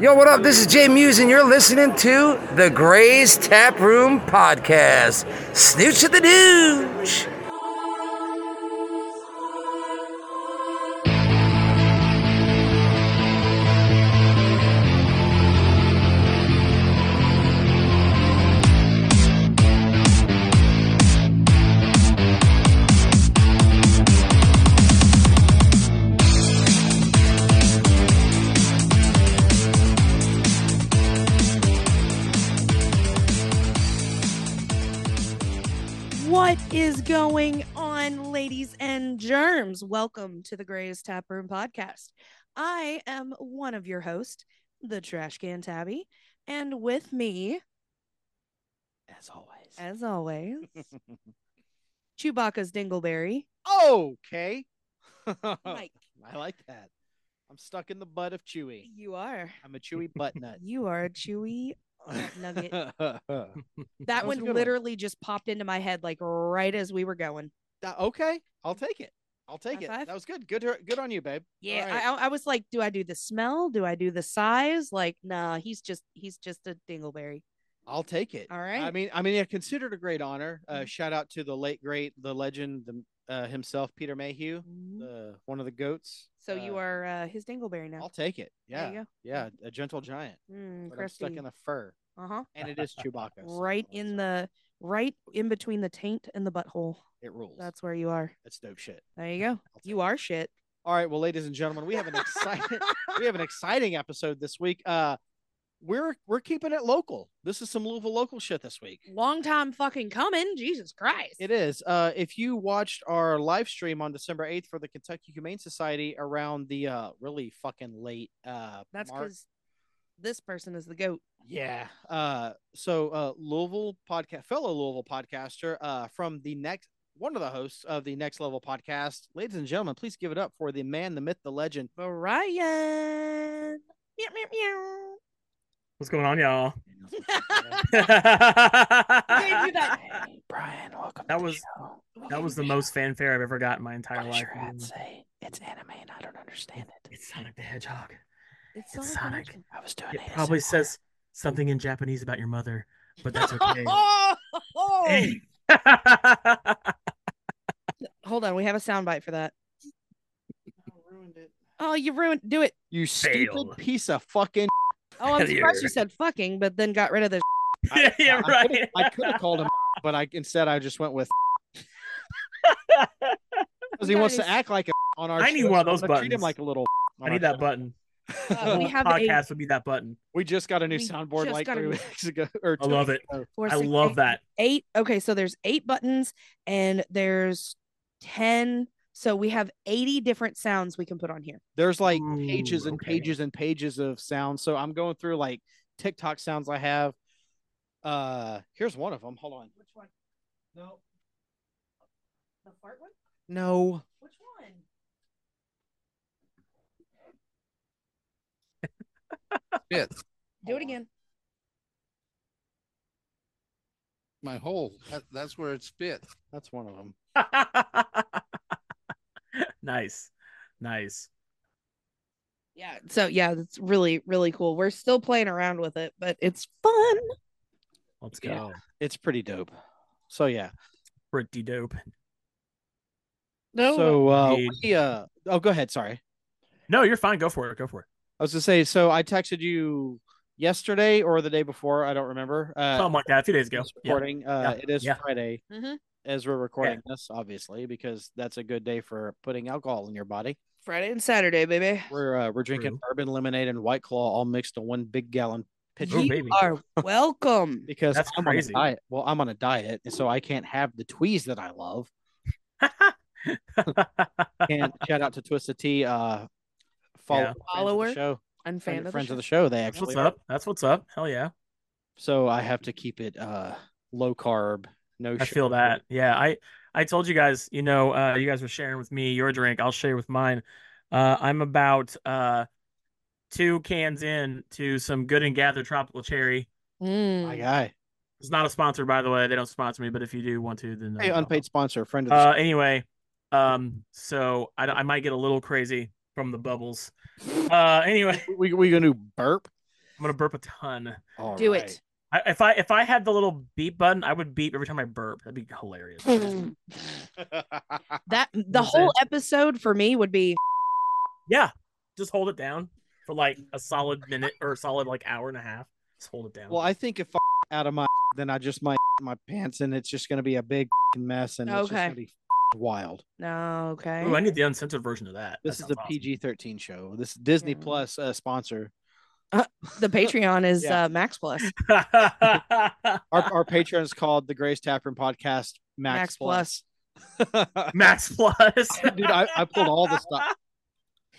Yo, what up? This is Jay Muse, and you're listening to the Gray's Tap Room Podcast. Snooch of the Dooch. What is going on, ladies and germs? Welcome to the Greatest Tap Room Podcast. I am one of your hosts, the Trash Can Tabby, and with me, as always. as always, Chewbacca's Dingleberry, okay. Mike. I like that. I'm stuck in the butt of Chewy. You are, I'm a Chewy butt nut. you are a Chewy. Butt nugget. Uh, That That one was a good one. literally just popped into my head like right as we were going. okay, I'll take it. I'll take High it. five. That was good. Good. Good on you, babe. Yeah, Alright. I, I was like, do I do the smell? Do I do the size? Like, nah, he's just he's just a Dingleberry. I'll take it. All right. I mean, I mean, yeah, considered a great honor. Uh, Mhm. shout out to the late great, the legend, the, uh, himself, Peter Mayhew, Mm-hmm. the, one of the goats. So you Uh, are uh, his Dingleberry now. I'll take it. There you Yeah. Yeah. A gentle giant. go. Mm, But I'm stuck crusty. in the fur, uh-huh. and it is Chewbacca. so Right it's- in the right in between the taint and the butthole. It rules. That's That's where you are. that's dope shit. There you go. I'll take You are shit. All right, well, ladies and gentlemen, we have an exciting we have an exciting episode this week. Uh, we're we're keeping it local. This is some Louisville local shit this week. Long time fucking coming. Jesus Christ. It is. Uh, if you watched our live stream on December eighth for the Kentucky Humane Society around the uh, really fucking late uh, That's Mar- because this person is the goat. Yeah. Uh, so uh, Louisville podcast, fellow Louisville podcaster uh, from the next one of the hosts of the Next Level podcast, ladies and gentlemen, please give it up for the man, the myth, the legend, Brian. Meow, meow, meow. What's going on, y'all? Gave you that that- Brian, welcome. That to the was- was the most fanfare I've ever got in my entire life. say it's anime and I don't understand it. It's Sonic the Hedgehog. It's It's Sonic. the Sonic. I was doing It probably says something in Japanese about your mother, but that's okay. Hedgehog. I Hold on, we have a soundbite for that. ruined it. Oh, you ruined. Do it. You stupid Fail. piece of fucking. Oh, I'm You're surprised you right. said fucking, but then got rid of the. Yeah, yeah, I coulda- right. I could have called him, but I instead I just went with because he gotta wants do to act like a on our. I need show, one of so I'm those gonna Treat him buttons. like a little. on need our that show. button. The Uh, we whole have a- podcast would be that button. We just got a new We soundboard just like got a three new- weeks ago. Or I two love weeks ago. Four, I six, love eight- that. Eight. Okay, so there's eight buttons and there's ten. So we have eighty different sounds we can put on here. There's like Mm. Ooh, pages and okay. pages and pages of sounds. So I'm going through like TikTok sounds I have. Uh, here's one of them. Hold on. Which one? No. The fart one? No. Which one? Shit. Do it Hold on. again. My hole. That, that's where it spit. That's one of them. nice. Nice. Yeah. So yeah, it's really really cool. We're still playing around with it, but it's fun. Let's go. Yeah. It's pretty dope. So yeah. Pretty dope. No. so uh, indeed. we, uh, oh, go ahead. Sorry. No, you're fine. Go for it. Go for it. I was gonna say. So I texted you yesterday or the day before. I don't remember. Uh, Something like that. A few days ago. this Yeah. recording. Uh, Yeah. It is Yeah. Friday Mhm. as we're recording this, obviously, because that's a good day for putting alcohol in your body. Friday and Saturday, baby. We're uh, we're drinking True. bourbon lemonade and white claw all mixed in one big gallon pitcher Ooh, you Oh, baby. are welcome. because That's I'm crazy. on a diet. Well, I'm on a diet, and so I can't have the tweeze that I love. And shout out to Twisted Tea, uh, follow Yeah. friends of the Follower, show, I'm friend- fan of friends the of the show. show. They That's actually what's are. up. That's what's up. Hell yeah. So I have to keep it uh low carb. No, I feel sugar. that. Yeah. I I told you guys, you know, uh you guys were sharing with me your drink. I'll share with mine. Uh I'm about uh two cans in to some good and gather tropical cherry. Mm. My guy, It's not a sponsor, by the way. They don't sponsor me, but if you do want to, then no hey, problem. unpaid sponsor, friend of the Mm. Uh anyway, um so I I might get a little crazy from the bubbles. Uh anyway, show. We we gonna do burp? I'm gonna burp a ton. All Do right. it. I, if I if I had the little beep button, I would beep every time I burp. That'd be hilarious. Hmm. That the I'm whole episode for me would be yeah, just hold it down for like a solid minute or a solid like hour and a half. Just hold it down. well, I think if I out of my, then I just might my pants, and it's just gonna be a big mess, and it's just Okay. gonna be wild. no okay. Ooh, I need the uncensored version of that. This That is a sounds awesome. PG thirteen show. This Disney Yeah. Plus uh, sponsor. The Patreon is Yeah. uh, Max Plus. Our our patron is called the Grace Taproom Podcast Max, Max Plus. Plus. Max Plus. Dude, I- I pulled all the stuff.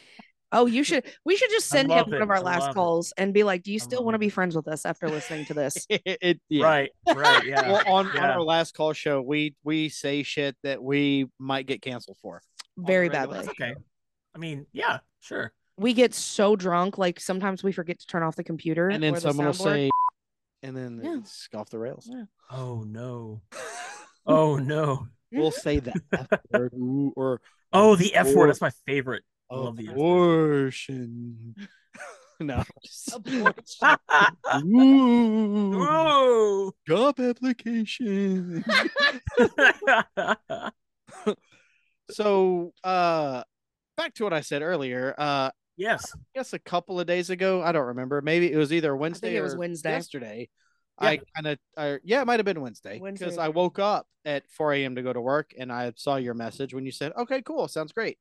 Oh, you should. We should just I send love him one of it. our I love last it. calls and be like, "Do you I still love want to it. be friends with us after listening to this?" it, yeah. Right, right, yeah. Well, on, on Yeah. our last call show, we we say shit that we might get canceled for. on the Very regular. badly. That's okay. I mean, yeah, sure. We get so drunk, like sometimes we forget to turn off the computer, And then or the someone will soundboard. say, and then Yeah. it's off the rails. Yeah. Oh no. Oh no. We'll say that. F word, ooh, or Oh, the F word. Or- That's my favorite. I love the F word. abortion. no. Oh, Ooh, Whoa. job application. so, uh, back to what I said earlier. Uh, yes. guess a couple of days ago. I don't remember. Maybe it was either Wednesday it was or Wednesday. yesterday. Yeah. I kind of, I, yeah, it might have been Wednesday Wednesday. because I woke up at 4 a.m. to go to work and I saw your message when you said, okay, cool, sounds great.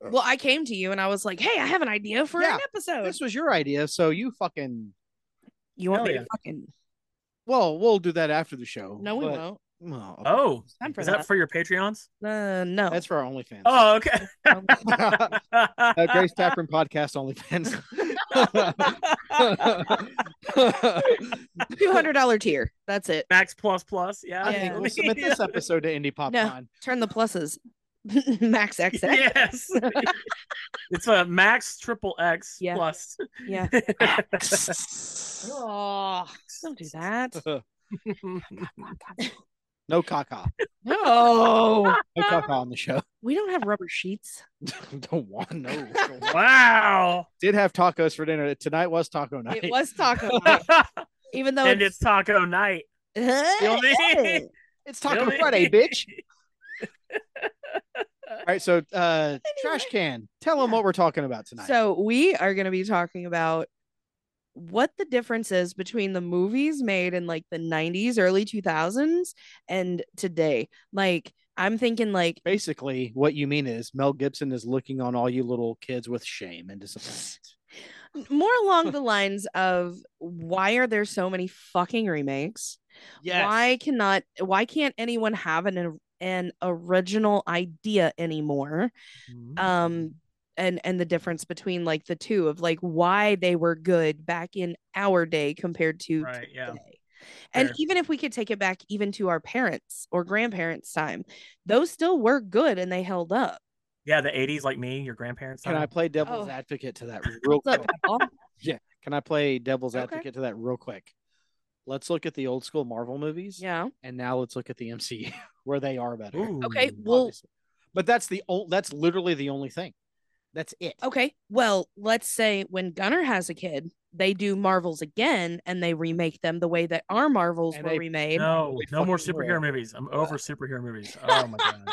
Well, I came to you and I was like, "Hey, I have an idea for Yeah, an episode. This was your idea. So you fucking, you want Hell me yeah. to fucking? well, we'll do that after the show. No, we but- won't. Well, Oh, Time for is that. that for your Patreons? Uh, no. that's for our OnlyFans. Oh, okay. Uh, Grace Taproom podcast OnlyFans. Two hundred dollar tier. That's it. Max plus plus. I Yeah. that's think Yeah. we'll me. submit this episode to Indie Pop No. Con. Turn the pluses. Max X. Yeah. Yes. it's a Max triple X Yeah. plus. yeah. Oh, don't do that. no caca. No. No caca on the show. We don't have rubber sheets. Don't want no. wow. Did have tacos for dinner. Tonight was taco night. It was taco night, and even though it's taco night. Feel me? It's taco Really? Friday, bitch. All right, so uh trash Anyway. can. Tell them Yeah. what we're talking about tonight. So we are going to be talking about what the difference is between the movies made in like the 90s, early 2000s and today. Like I'm thinking like basically, what you mean is Mel Gibson is looking on all you little kids with shame and disappointment. more along the lines of why are there so many fucking remakes? Why cannot why can't anyone have an an original idea anymore? Mm-hmm. um and and the difference between like the two of like why they were good back in our day compared to Right, yeah. today. And Fair. even if we could take it back even to our parents or grandparents' time, those still were good and they held up. Yeah, the 80s, like me, your grandparents. Can I time. play devil's Oh. advocate to that real What's quick? up, Paul? Can I play devil's Okay. advocate to that real quick? Let's look at the old school Marvel movies. yeah. and now let's look at the MCU where they are better. Ooh. Okay. Well, obviously. but that's the only that's literally the only thing. That's it. okay. Well, let's say when Gunner has a kid, they do Marvels again and they remake them the way that our Marvels And were they- remade. No, Holy no more fucking superhero Lord. movies. I'm over superhero movies. Oh my god,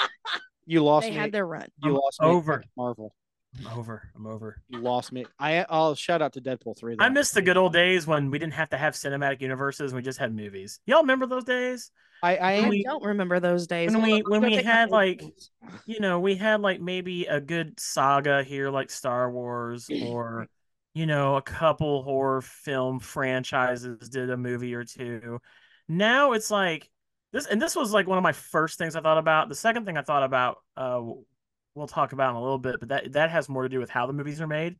You lost They me. had their run. you I'm lost me. over. at Marvel. I'm over. I'm over. You lost me. I I'll shout out to Deadpool three. I though. miss the good old days when we didn't have to have cinematic universes and we just had movies. Y'all remember those days? I I When am. I we- don't remember those days. when Hold we- on, I'm when gonna we take my had, like- headphones. You know, we had like maybe a good saga here, like Star Wars, or you know, a couple horror film franchises did a movie or two. Now it's like this, and this was like one of my first things I thought about. The second thing I thought about, uh, we'll talk about in a little bit, but that that has more to do with how the movies are made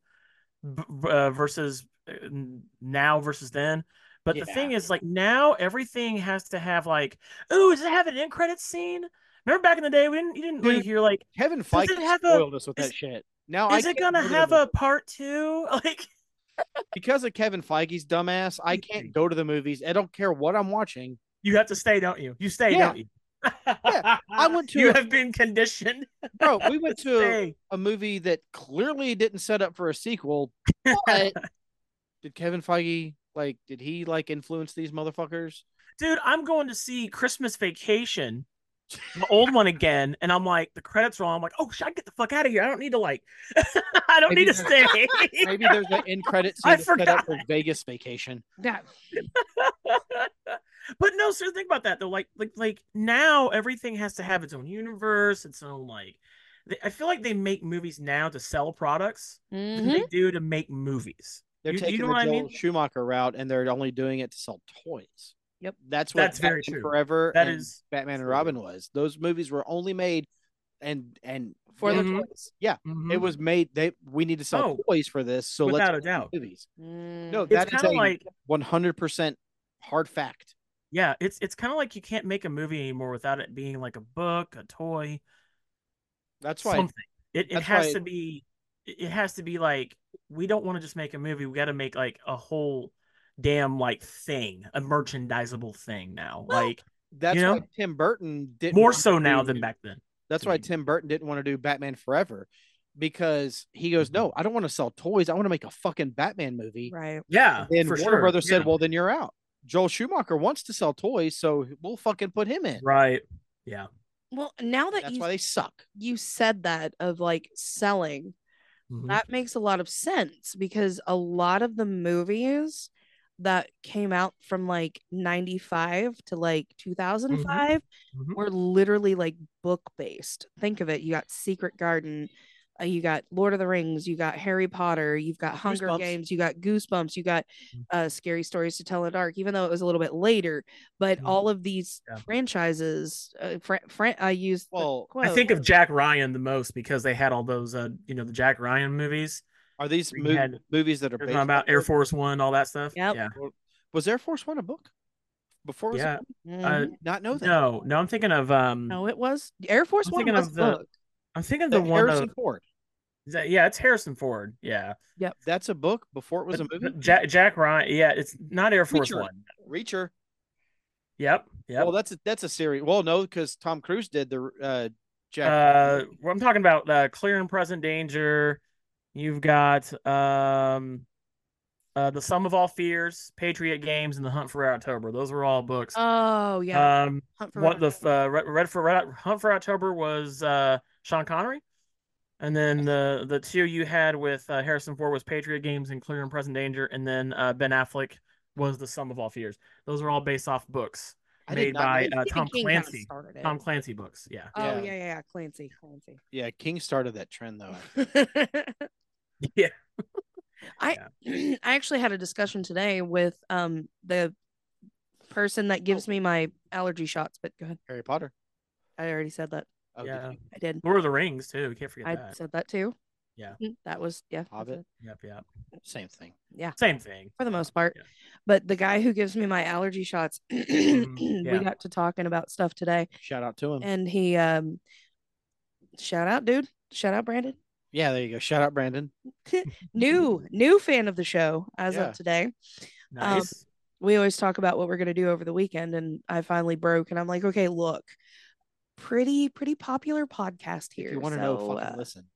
b- b- uh, versus uh, n- now versus then. But the thing is, like now everything has to have like, ooh, does it have an end credit scene? Remember back in the day, we didn't you didn't really Dude, hear like, Kevin Does Feige it have a- spoiled us with is- that shit. Now I is it can't gonna go to the have mo- a part two? Like, because of Kevin Feige's dumbass. I can't go to the movies. I don't care what I'm watching. you have to stay, don't you? You stay, Yeah. don't you? I went to You a- have been conditioned. Bro, we went to stay. a movie that clearly didn't set up for a sequel, but did Kevin Feige like did he like influence these motherfuckers? Dude, I'm going to see Christmas Vacation, the old one again, and I'm like, the credits roll. I'm like, oh, should I get the fuck out of here? I don't need to like, I don't Maybe need to stay. Maybe there's an end credit I scene to set up for Vegas vacation. That but no, seriously, think about that though. Like, like, like now everything has to have its own universe, its own like. They, I feel like they make movies now to sell products than Mhm. they do to make movies. They're You- you taking know the what I Joel mean? Schumacher route, and they're only doing it to sell toys. Yep. that's what That's very Batman true. Forever That and is Batman and true. Robin was. Those movies were only made, and and for the Mhm. toys. yeah, it Mhm. was made. They we need to sell Oh, toys for this, so let's without a make doubt. movies. No, No, It's that is kind of a like one hundred percent hard fact. yeah, it's it's kind of like you can't make a movie anymore without it being like a book, a toy, That's why something. It it that's has why- to be it it has to be like we don't want to just make a movie. We got to make like a whole damn like thing, a merchandisable thing now. Well, like that's you know? why Tim Burton did more so now than back then. That's to why me. Tim Burton didn't want to do Batman Forever because he goes, Mm-hmm. "No, I don't want to sell toys. I want to make a fucking Batman movie." right. Yeah, And for Warner sure. Brothers Yeah. said, "Well, then you're out." Joel Schumacher wants to sell toys, so we'll fucking put him in. right. Yeah. Well, now that That's you why they suck. you said that of like selling, Mm-hmm. Mm-hmm. that makes a lot of sense because a lot of the movies that came out from like 95 to like Mm-hmm. 2005 Mhm. were literally like book based. Think of it. You got Secret Garden, uh, you got Lord of the Rings, you got Harry Potter, you've got Hunger Goosebumps. Games, you got Goosebumps, you got Mhm. uh, Scary Stories to Tell in the Dark, even though it was a little bit later. But Mhm. all of these Yeah. franchises, uh, fran- fran- I used. the Well, I quote. think of Jack Ryan the most because they had all those, uh, you know, the Jack Ryan movies. Are these We mov- had- movies that are They're based talking about on Air books? Force One, all that stuff. Yep. Yeah. Was Air Force One a book before? It was a Yeah. book? Mhm. Did not know that. No, no, I'm thinking of um, no, it was Air Force I'm One thinking was of a the- book. I'm thinking of the That one. Harrison Of, Ford. is that- yeah, it's Harrison Ford. Yeah, That's a book before it was a But- movie. but Jack Jack Ryan. Yeah, it's not Air Force Reacher. One. Reacher. Yep, yep. Well, that's a that's a series. Well, no, because Tom Cruise did the uh, Jack. uh, well, I'm talking about uh, Clear and Present Danger. You've got um, uh, the Sum of All Fears, Patriot Games, and the Hunt for October. Those were all books. Oh yeah, Um, Hunt for what Red the October. uh, Red, Red for Red, Hunt for October was uh, Sean Connery, and then the the two you had with uh, Harrison Ford was Patriot Games and Clear and Present Danger, and then uh, Ben Affleck was The Sum of All Fears. Those are all based off books I did made not know by that. uh, Stephen Tom King kinda Clancy. started it. Tom Clancy books, yeah. Oh Yeah. yeah, yeah, yeah, Clancy, Clancy. Yeah, King started that trend though. Yeah. I I actually had a discussion today with um the person that gives me my allergy shots, but go ahead. Harry Potter. I already said that. Oh, did Yeah. you? I did. Lord of the Rings too. We can't forget I that. said that too. Yeah. Mhm, That was yeah. that's Hobbit. it. Yep, yep. same thing. Yeah. Same thing. For the most part. Yeah. But the guy who gives me my allergy shots, we Mm, yeah. got to talking about stuff today. Shout out to him. And he um shout out, dude. Shout out, Brandon. yeah, there you go. Shout out Brandon. new new fan of the show as Mm-hmm. Yeah. of today Um, Nice. we always talk about what we're going to do over the weekend and i finally broke and i'm like okay look pretty pretty popular podcast here If you want to know, so, uh, fucking listen.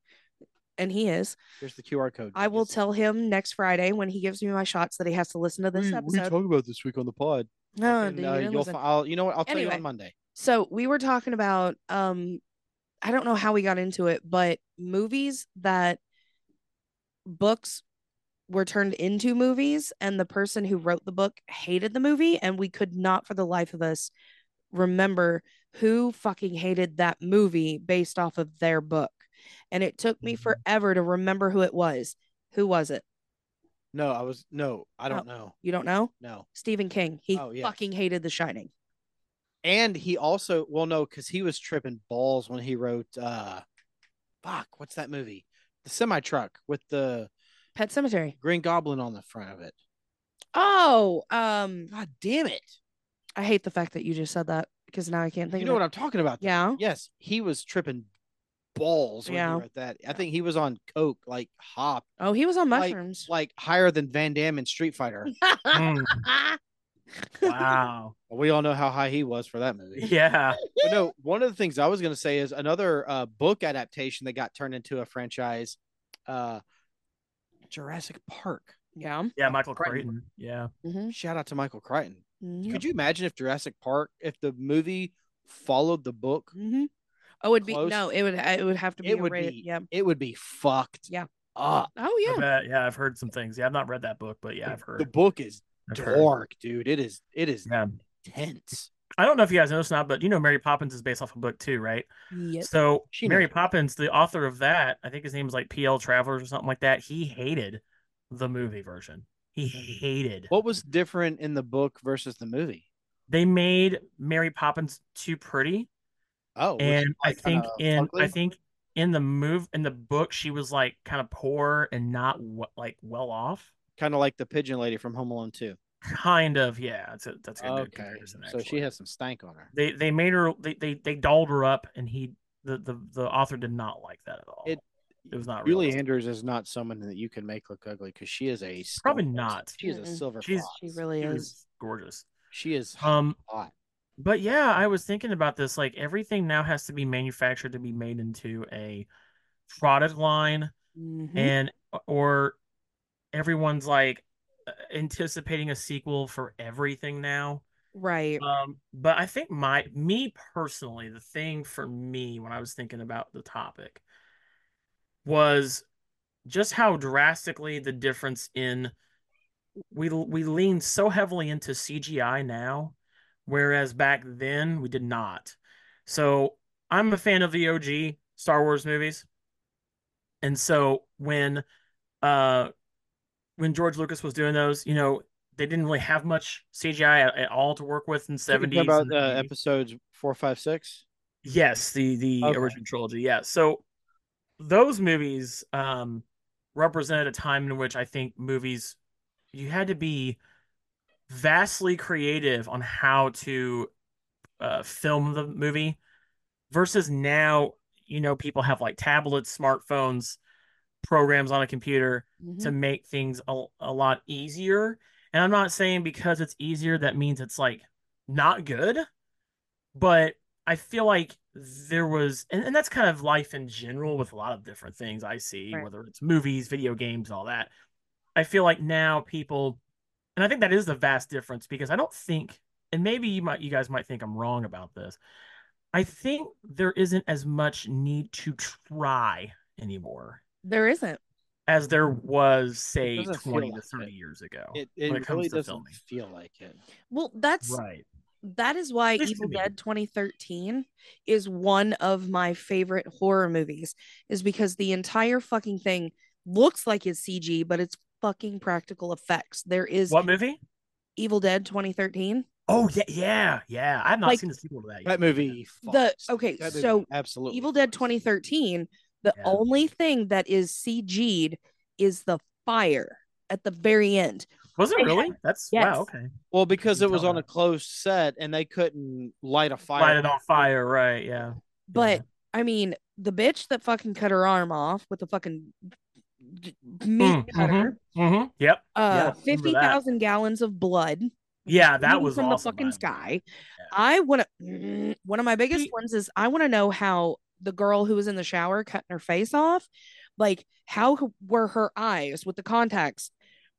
and he is Here's the QR code. i will bitches. tell him next friday when he gives me my shots that he has to listen to this We- we episode talk about this week on the pod. no and, dude, uh, you didn't you'll listen. fi- I'll, you know what? I'll tell you Anyway. on Monday. so we were talking about um i don't know how we got into it but movies that books were turned into movies and the person who wrote the book hated the movie and we could not for the life of us remember who fucking hated that movie based off of their book and it took me Mhm. forever to remember who it was who was it No, I was no, I don't know. you don't know No. stephen king he Oh, yeah. fucking hated the shining And he also well no, because he was tripping balls when he wrote uh fuck, what's that movie? The semi truck with the pet cemetery Green Goblin on the front of it. oh um God damn it. I hate the fact that you just said that because now I can't think. You of know what it. I'm talking about. though. Yeah. Yes, he was tripping balls when Yeah. he wrote that. I think he was on coke, like hop, Oh, he was on Like- mushrooms. like higher than Van Damme in Street Fighter. Mm, wow. we all know how high he was for that movie. Yeah. But no, one of the things I was going to say is another uh, book adaptation that got turned into a franchise, uh, Jurassic Park. Yeah. Yeah, Michael Crichton. Crichton. Yeah. Mhm. Shout out to Michael Crichton. Mhm. Could you imagine if Jurassic Park, if the movie followed the book, Mhm. Oh, it'd be Close. no. It would. It would have to be. It a would rated- be- Yeah. it would be fucked Yeah. up. Oh I yeah. bet. Yeah, I've heard some things. Yeah, I've not read that book, but yeah, I've heard. The book is I've heard. dark, dude. It is it is Yeah. tense. I don't know if you guys noticed or not, but you know Mary Poppins is based off a book too, right? Yep. So She Mary knows. Poppins, the author of that, I think his name was like P.L. Travers or something like that. He hated the movie version. He Mm. hated. What was different in the book versus the movie? They made Mary Poppins too pretty, Oh, was she, and I like, think kinda in I ugly? think in the move in the book she was like kind of poor and not what like well off. kind of like the pigeon lady from Home Alone 2. Kind of, yeah. That's a that's a good Okay. comparison. So she actually. has some stank on her. they they made her they they they dolled her up, and he the the the author did not like that at all. It- It was not Julie realistic. Andrews is not someone that you can make look ugly because she is a stone Probably person. not. She is a Mm-mm. silver She's- fox. She really She is. was gorgeous. She is Um, hot. but yeah, I was thinking about this. Like everything now has to be manufactured to be made into a product line, Mhm. and or everyone's like anticipating a sequel for everything now. Right. Um, but I think my me personally, the thing for me when I was thinking about the topic was just how drastically the difference in we we lean so heavily into CGI now, whereas back then we did not. So I'm a fan of the OG Star Wars movies, and so when uh when George Lucas was doing those, you know, they didn't really have much CGI at, at all to work with in the You 70s. talking about and the uh, 80s. episodes four, five, six. Yes, the the Okay. original trilogy. Yeah. So those movies um represented a time in which I think movies you had to be vastly creative on how to uh film the movie versus now, you know, people have like tablets, smartphones, programs on a computer Mhm. to make things a, a lot easier. And I'm not saying because it's easier that means it's like not good, but I feel like there was, and, and that's kind of life in general with a lot of different things I see, Right. whether it's movies, video games, and all that. I feel like now people, and I think that is the vast difference because I don't think, and maybe you might, you guys might think I'm wrong about this. I think there isn't as much need to try anymore There isn't. as there was say doesn't feel 20 to like 30 it. years ago It, it, Oh, when it comes really to doesn't filming. feel like it. Well, that's right that is why Please Evil continue. Dead 2013 is one of my favorite horror movies is because the entire fucking thing looks like it's CG but it's fucking practical effects. There is what movie Evil Dead 2013. oh yeah yeah yeah i've not Like, seen the sequel to that yet That movie. The- fucks. okay, That movie so absolutely. Evil Dead fucks. 2013, the Yeah. only thing that is CG'd is the fire at the very end. was it Yeah. really that's Yes. wow okay Well, because it Didn't was tell on that. a closed set and they couldn't light a fire. light it on fire right yeah But I mean, the bitch that fucking cut her arm off with the fucking d- meat Mm, mhm. cutter. hmm yep uh Yeah, I remember fifty that. thousand gallons of blood. yeah that bleeding was from awesome, the by fucking way. sky. Yeah. I want to. One of my biggest He- ones is I want to know how the girl who was in the shower cutting her face off, like how h- were her eyes with the contacts?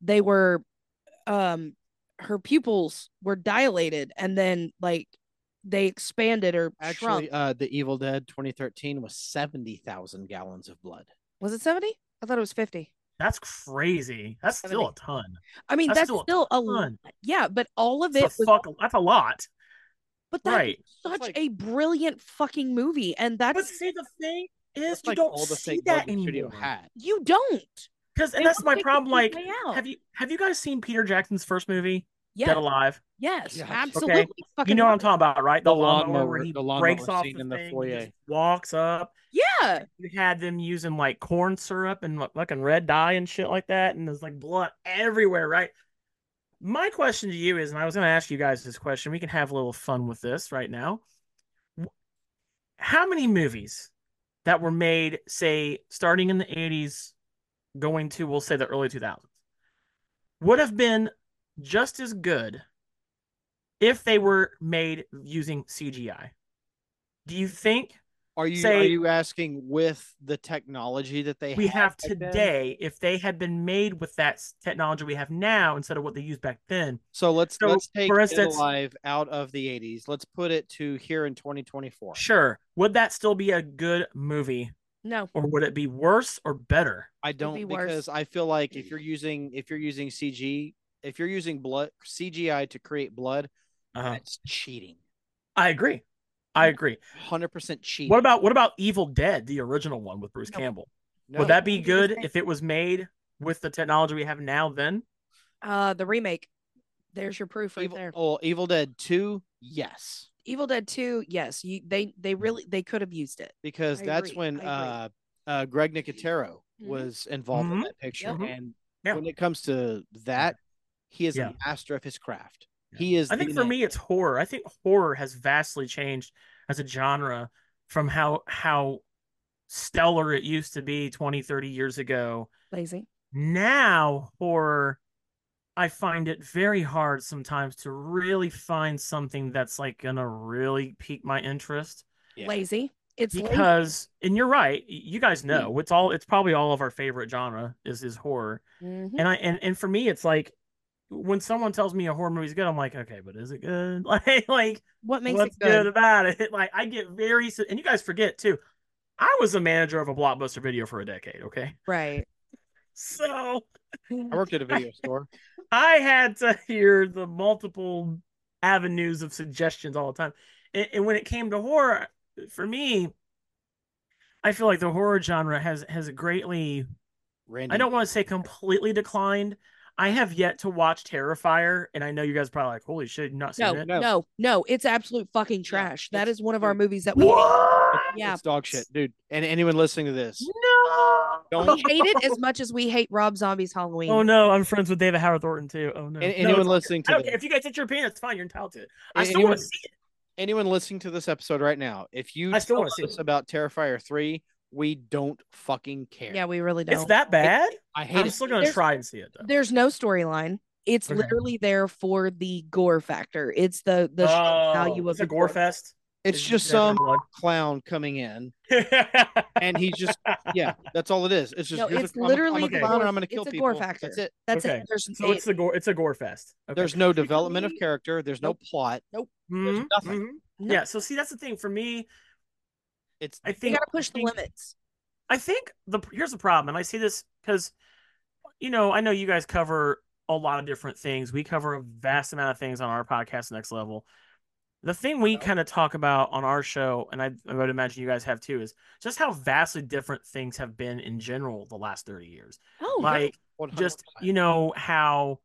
They were, um, her pupils were dilated and then like they expanded or shrunk. Actually, uh, the Evil Dead 2013 was 70,000 gallons of blood. Was it seventy? I thought it was fifty. that's crazy that's still a ton I mean, That's that's, still a still a lot. ton yeah, but all of it that's a, was fuck, that's a lot but that's right such like- a brilliant fucking movie, and but that's see the thing is That's you like don't all the see fake blood that the studio anymore had. you don't. because and They that's won't my take the problem cheap like way out. have you have you guys seen peter jackson's first movie yeah, dead alive yes, Yeah, okay. absolutely. Fucking you know what I'm love it. talking about, right? The lawnmower, lawnmower- where he the lawnmower breaks off scene the in the thing, he foyer. just walks up. Yeah, You had them using like corn syrup and like fucking red dye and shit like that, and there's like blood everywhere, right? My question to you is, and I was going to ask you guys this question. We can have a little fun with this right now. Wh- How many movies that were made, say, starting in the 80s, going to, we'll say, the early 2000s, would have been just as good if they were made using CGI? Do you think Are you are Say- you asking with the technology that they we have back then? today if they had been made with that s- technology we have now instead of what they used back then So let's So, let's take for Dead instance- Alive out of the 80s. Let's put it to here in 2024. sure would that still be a good movie No. or would it be worse or better I don't be worse. because I feel like if you're using if you're using CG if you're using blood CGI to create blood, uh, that's cheating. i agree i agree 100% cheating. what about what about evil dead the original one with bruce No. campbell E. no. would that be good 100%. if it was made with the technology we have now then Uh, the remake. There's your proof right Evil, there. Oh, Evil Dead 2? Yes. Evil Dead 2, yes, you, they they really they could have used it. Because I that's agree, when I uh uh Greg Nicotero Mhm. was involved in Mhm. that picture Yep. and Yeah. when it comes to that he is Yeah. a master of his craft. Yeah. He is I think the for man. me it's horror. I think horror has vastly changed as a genre from how how stellar it used to be 20 30 years ago. Lazy. Now horror I find it very hard sometimes to really find something that's like going to really pique my interest Yeah. Lazy. It's lazy. because and you're right, y- you Mm. guys know. It's all it's probably all of our favorite genre is is horror. Mhm. And I and, and for me, it's like when someone tells me a horror movie's good, I'm like, okay, but is it good? Like, like What makes what's it good? good about it? Like, I get very se- and you guys forget too. I was a manager of a blockbuster video for a decade. Okay, Right. so I worked at a video store. I had to hear the multiple avenues of suggestions all the time. And, and when it came to horror, for me, I feel like the horror genre has has greatly Randy I don't want to say completely declined. I have yet to watch Terrifier, and I know you guys are probably like, "Holy shit, you've not seen No, it." no, No. no, It's absolute fucking trash. that it's- is one of our dude. movies that we hate. What? Yeah. It's dog shit, dude. And anyone listening to this, No. don't We hate it as much as we hate Rob Zombie's Halloween. Oh no, I'm friends with David Howard Thornton too. Oh an- no. No, anyone it's- listening I to don't care this, if you guys hit your opinion. It's fine. You're entitled to it. I An- still want anyone- to see it. anyone listening to this episode right now, if you I still tell wanna see us about Terrifier three, we don't fucking care. Yeah, we really It's don't. that bad. I hate I'm it. still gonna There's- try and see it though. There's no storyline. It's Okay. literally there for the gore factor. It's the the shock value Oh, of it's a the gore fest. It's just um, some there's blood. clown coming in, and he just yeah, that's all it is. It's just No, here's a it's clown- literally I'm a the clown gore- and I'm gonna it's kill a people. gore factor. That's it. That's Okay. it. There's so it's a gore. It's a gore fest. Okay. There's no development of me- character. There's no Nope. plot. Mhm, nothing. mhm. No. Yeah. So see, that's the thing for me. It's I you think gotta push the I think- limits. I think the here's the problem, and I see this because, you know, I know you guys cover a lot of different things. We cover a vast amount of things on our podcast, Next Level. The thing Uh-huh. we kind of talk about on our show, and I, I would imagine you guys have too, is just how vastly different things have been in general the last thirty years. Oh, yeah. Like, just 100%. you know how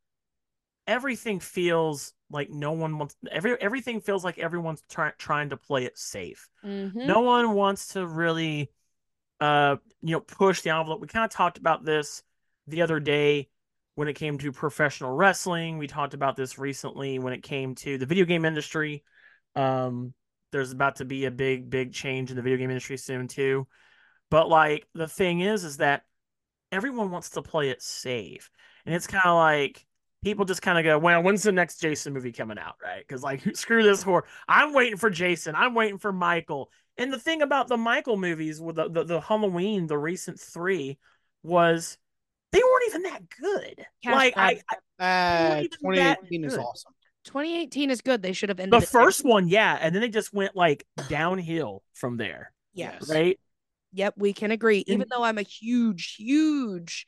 everything feels like no one wants every everything feels like everyone's try, trying to play it safe Mhm. no one wants to really uh you know push the envelope we kind of talked about this the other day when it came to professional wrestling we talked about this recently when it came to the video game industry um there's about to be a big big change in the video game industry soon too but like the thing is is that everyone wants to play it safe and it's kind of like people just kind of go well when's the next jason movie coming out right because like screw this horror i'm waiting for jason i'm waiting for michael and the thing about the michael movies with the, the, the halloween the recent three was they weren't even that good Cash like I, grab. I- Ah, even that 2018 is good. awesome. 2018 is good. They should have ended the it there. first one yeah and then they just went like downhill from there Yeah. Yes. right Yep, we can agree. Even And- though I'm a huge, huge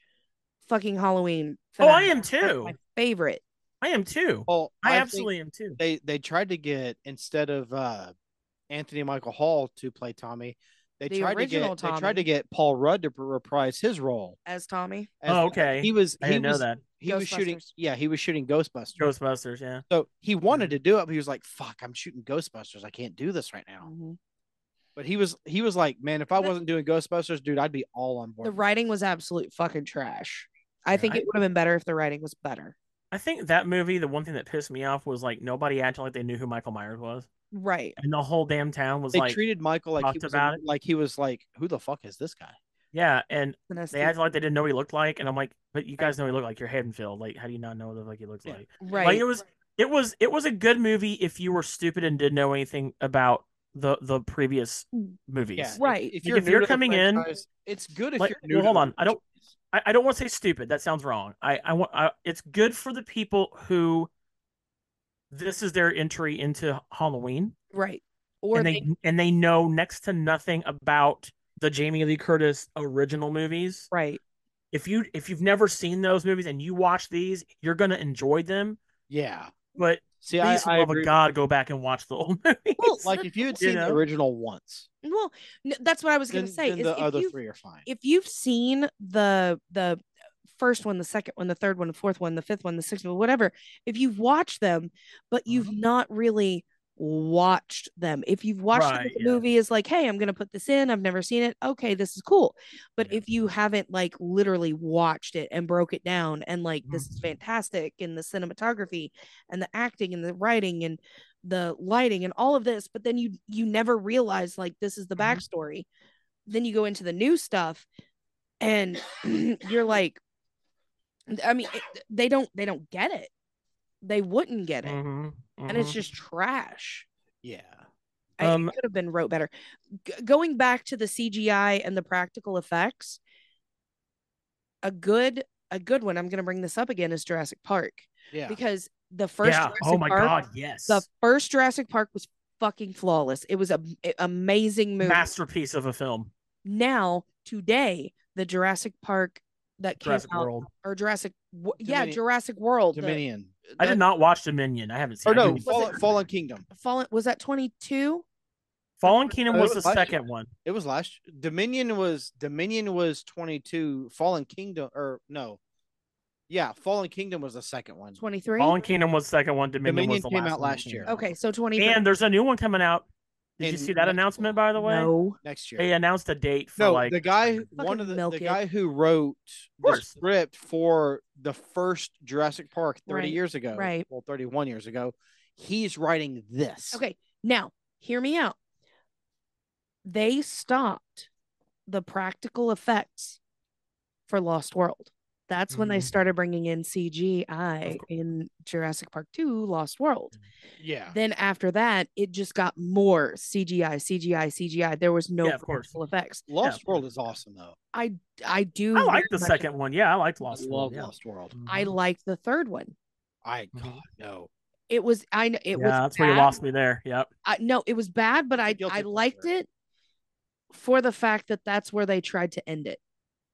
fucking Halloween. Oh, I fanatic. am That's too. My favorite. i am too Well, i, think absolutely am too they they tried to get instead of uh Anthony Michael Hall to play Tommy, they The tried to original get they Tommy. tried to get Paul Rudd to reprise his role. As Tommy. as- oh okay He was i he didn't was, know that He was shooting Ghostbusters. yeah, he was shooting Ghostbusters. ghostbusters yeah So he wanted Mm-hmm. to do it, but he was like, fuck, I'm shooting Ghostbusters. I can't do this right now. Oh, Mhm. But he was he was like, Man, if I The- wasn't doing Ghostbusters, dude, I'd be all on board. The writing was absolute fucking trash. I Yeah, think I- it would have been better if the writing was better. I think that movie, the one thing that pissed me off was like nobody acted like they knew who Michael Myers was, Right. and the whole damn town was They like, treated Michael like he talked was about a, it. like he was like, Who the fuck is this guy? yeah, and And that's they the- acted like they didn't know what he looked like, and I'm like, but you guys know what he looked like. You're Haddonfield. Like, how do you not know what the fuck he looks Yeah. like? right. Like it was, it was, it was a good movie if you were stupid and didn't know anything about the the previous movies. Yeah, if- Right. If Like, you're, if new you're to the coming in, franchise, it's good if like- you're new. well, to hold the on, I don't- franchise. I, I don't want to say stupid. That sounds wrong. I, I want I, it's good for the people who this is their entry into Halloween right. Or and they, they, and they know next to nothing about the Jamie Lee Curtis original movies. right. If you if you've never seen those movies and you watch these, you're gonna enjoy them. Yeah. But See, I, please, for the I love agree. of God, go back and watch the old movies. Well, Like if you had You seen the know? original once, Well, n- that's what I was going then, to say. then Is the if other you've- three are fine. if you've seen the the first one, the second one, the third one, the fourth one, the fifth one, the sixth one, whatever, if you've watched them, but Uh-huh. you've not really watched them. If you've watched them Right, at the yeah. movie is like, hey, I'm gonna put this in. I've never seen it. Okay, this is cool. But Yeah. if you haven't like literally watched it and broke it down and like this is Mhm. fantastic and the cinematography and the acting and the writing and the lighting and all of this, but then you you never realize like this is the Mhm. backstory then you go into the new stuff and you're like i mean it- they don't they don't get it they wouldn't get it Mhm, and it's mhm. just trash yeah. I, Um, it could have been wrote better G- going back to the cgi and the practical effects a good a good one i'm going to bring this up again is jurassic park Yeah. because the first yeah. jurassic Oh my park God, yes. the first jurassic park was fucking flawless it was a, a- amazing movie masterpiece of a film. now today the Jurassic Park that came Jurassic out World. or Jurassic Wo- yeah Dominion- Jurassic World the Dominion. I did not watch Dominion. I haven't seen. Or it. I Oh, no, didn't- Fall- Fallen, Fallen Kingdom. Fallen was that 22 Fallen Kingdom Oh, it was the was last year. second one. It was last Dominion was Dominion was 22. Fallen Kingdom or no. Yeah, Fallen Kingdom was the second one. 23 Fallen Kingdom was the second one. Dominion, was Dominion the came last out one that last came year. out. okay so 23 And there's a new one coming out. Did you In see that Mexico. announcement, by the way? no Next year. They announced a date for no, like the guy one Fucking of the, milk the it. guy who wrote the course. script for the first Jurassic Park 30 Right, years ago. right. Well, 31 years ago. He's writing this. okay now hear me out they stopped the practical effects for Lost World that's when they Mhm. started bringing in CGI Of course. in Jurassic Park 2 Lost World Yeah. then after that it just got more CGI CGI CGI there was no Yeah, of course. practical effects Lost World is awesome though. I I do I like very the much- second one. Yeah, I like I Lost love World. Yeah. Lost World. I Mhm. like the third one. I Mhm. Mm-hmm. God no. It was I know it yeah, was that's bad. where you lost me there. Yep. I, no, it was bad, but It's a I guilty I liked pleasure. it for the fact that that's where they tried to end it,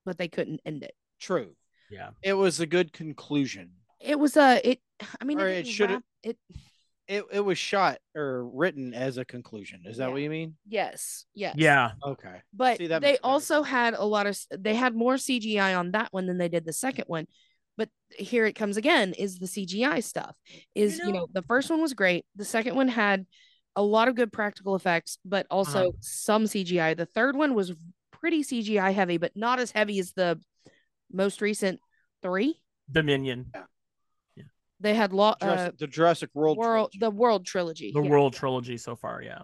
but they couldn't end it. True. Yeah. It was a good conclusion. It was a it. I mean, Or it it, should should've- have it. It it was shot or written as a conclusion. Is that what Yeah. you mean? Yes, yes, Yeah. Okay. But See, that they makes- that makes also sense. had a lot of s- they had more CGI on that one than they did the second one. But here it comes again is the CGI stuff. Is you know, know- the first one was great. The second one had a lot of good practical effects, but also Uh-huh. some CGI. The third one was pretty CGI heavy, but not as heavy as the most recent three. Dominion. They had law uh, Jurassic, the Jurassic World. world, trilogy. the world trilogy. The yeah. World trilogy so far. Yeah.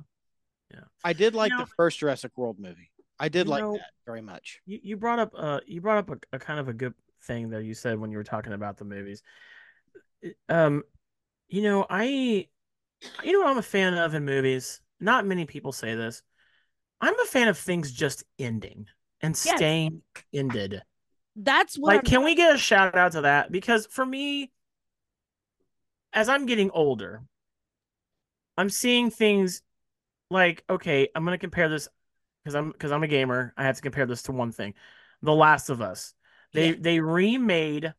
I did like know- the first Jurassic World movie. I did You like know- that very much. You you brought up uh you brought up a, a kind of a good thing there you said when you were talking about the movies. It- Um you know, I you know what I'm a fan of in movies? Not many people say this. I'm a fan of things just ending and Yes. staying ended. That's what like I'm- can we get a shout out to that because for me as i'm getting older i'm seeing things like okay i'm gonna compare this because i'm because i'm a gamer i have to compare this to one thing the last of us they Yeah. they remade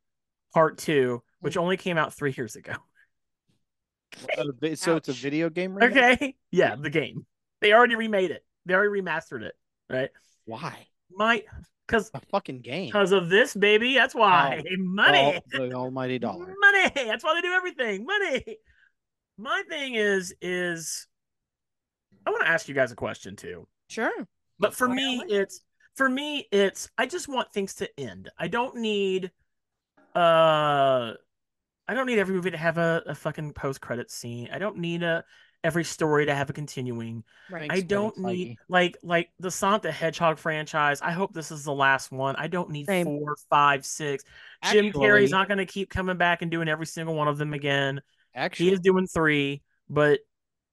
part two which only came out three years ago Uh, vi- so it's a Ouch. video game. remake? okay yeah the game they already remade it they already remastered it right Why? my because A fucking game. because of this baby that's why money All- the almighty dollar. Money. That's why they do everything. Money. My thing is, is I want to ask you guys a question too. sure. But for Fire me, away. it's for me, it's I just want things to end. I don't need uh I don't need every movie to have a, a fucking post credit scene. I don't need a every story to have a continuing. Right. I Thanks, don't Kevin need Feige. like like the Sonic the Hedgehog franchise. I hope this is the last one. I don't need Same. four, five, six. Jim Carrey's Actually- not going to keep coming back and doing every single one of them again. Actually, He is doing three, but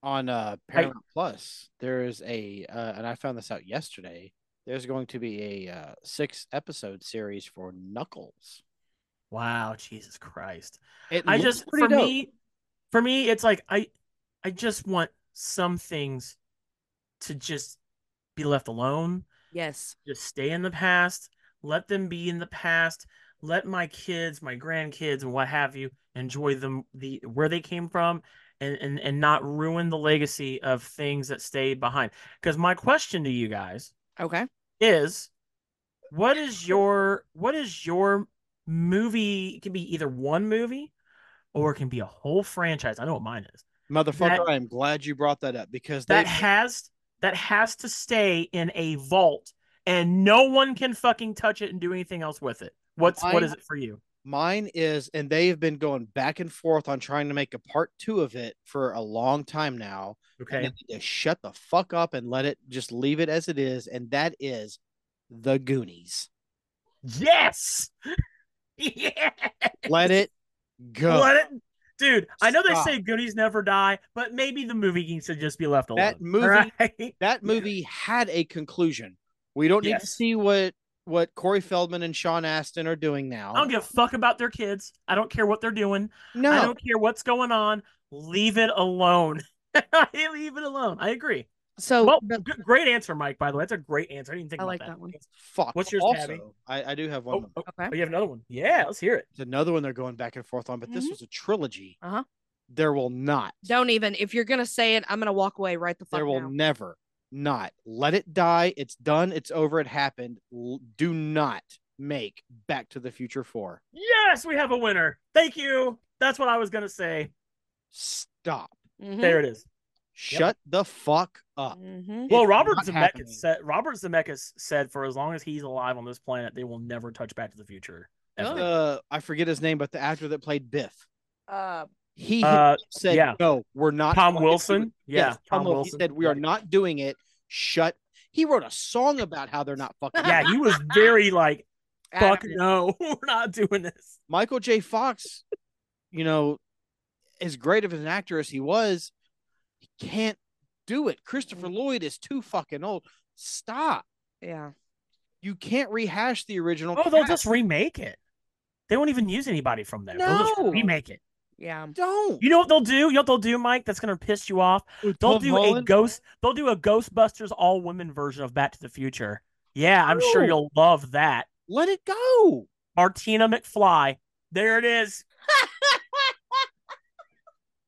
on uh, Paramount Plus, there is a, uh, and I found this out yesterday. There's going to be a uh, six episode series for Knuckles. Wow, Jesus Christ. It I looks just pretty for dope. me for me it's like I I just want some things to just be left alone. Yes. Just stay in the past. Let them be in the past. Let my kids, my grandkids, and what have you enjoy them the where they came from and, and, and not ruin the legacy of things that stayed behind. Because my question to you guys Okay. is what is your what is your movie it can be either one movie or it can be a whole franchise i know what mine is motherfucker. I am glad you brought that up because they, that has that has to stay in a vault and no one can fucking touch it and do anything else with it what's what Mine- is it for you Mine is, and they've been going back and forth on trying to make a part two of it for a long time now. and okay they need to shut the fuck up and let it just leave it as it is, and that is the Goonies. yes yeah Let it go. Let it dude i know Stop. they say goodies never die but maybe the movie needs to just be left alone That movie- right? that movie had a conclusion. We don't need to Yes. see what what Corey Feldman and Sean Astin are doing now. I don't give a fuck about their kids. I don't care what they're doing. I no, don't care what's going on. Leave it alone. Leave it alone. I agree. So Well, the- g- great answer, Mike. By the way, that's a great answer. I didn't think Oh, I like about that. that one. fuck. What's yours, Tabby? also, I, I do have one. Oh, more. oh, okay. oh, you have another one. Yeah, let's hear it. It's another one they're going back and forth on, but this Mhm. Mm-hmm. was a trilogy. Uh-huh. There will not. Don't even. If you're gonna say it, I'm gonna walk away right the fuck There will now. never not let it die. It's done. It's over. It happened. L- do not make Back to the Future 4. Yes, we have a winner. Thank you. That's what I was gonna say. Stop. Mhm, There it is. Shut the fuck up. mhm. Well, It's Robert not happening. Zemeckis said Robert Zemeckis said for as long as he's alive on this planet, they will never touch Back to the Future. ever. Uh, I forget his name, but the actor that played Biff. Uh, He Uh, said, yeah. "No, we're not." Tom fucking doing Wilson? it." Yeah, Yes, Tom Wilson. Wilson. He said, "We are Yeah. not doing it." Shut. He wrote a song about how they're not fucking. yeah, he was very like, fuck Adam, no, we're not doing this. Michael J. Fox, you know, as great of an actor as he was, he can't do it. Christopher Mm-hmm. Lloyd is too fucking old. Stop. Yeah. You can't rehash the original. Oh, they'll cast. just remake it. They won't even use anybody from there. They'll just No. remake it. Yeah. don't. You know what they'll do? You know what they'll do, Mike? That's gonna piss you off. They'll Tom do a Holland? ghost. They'll do a Ghostbusters all women version of Back to the Future. Yeah, I'm sure No. you'll love that. Let it go. Martina McFly. There it is.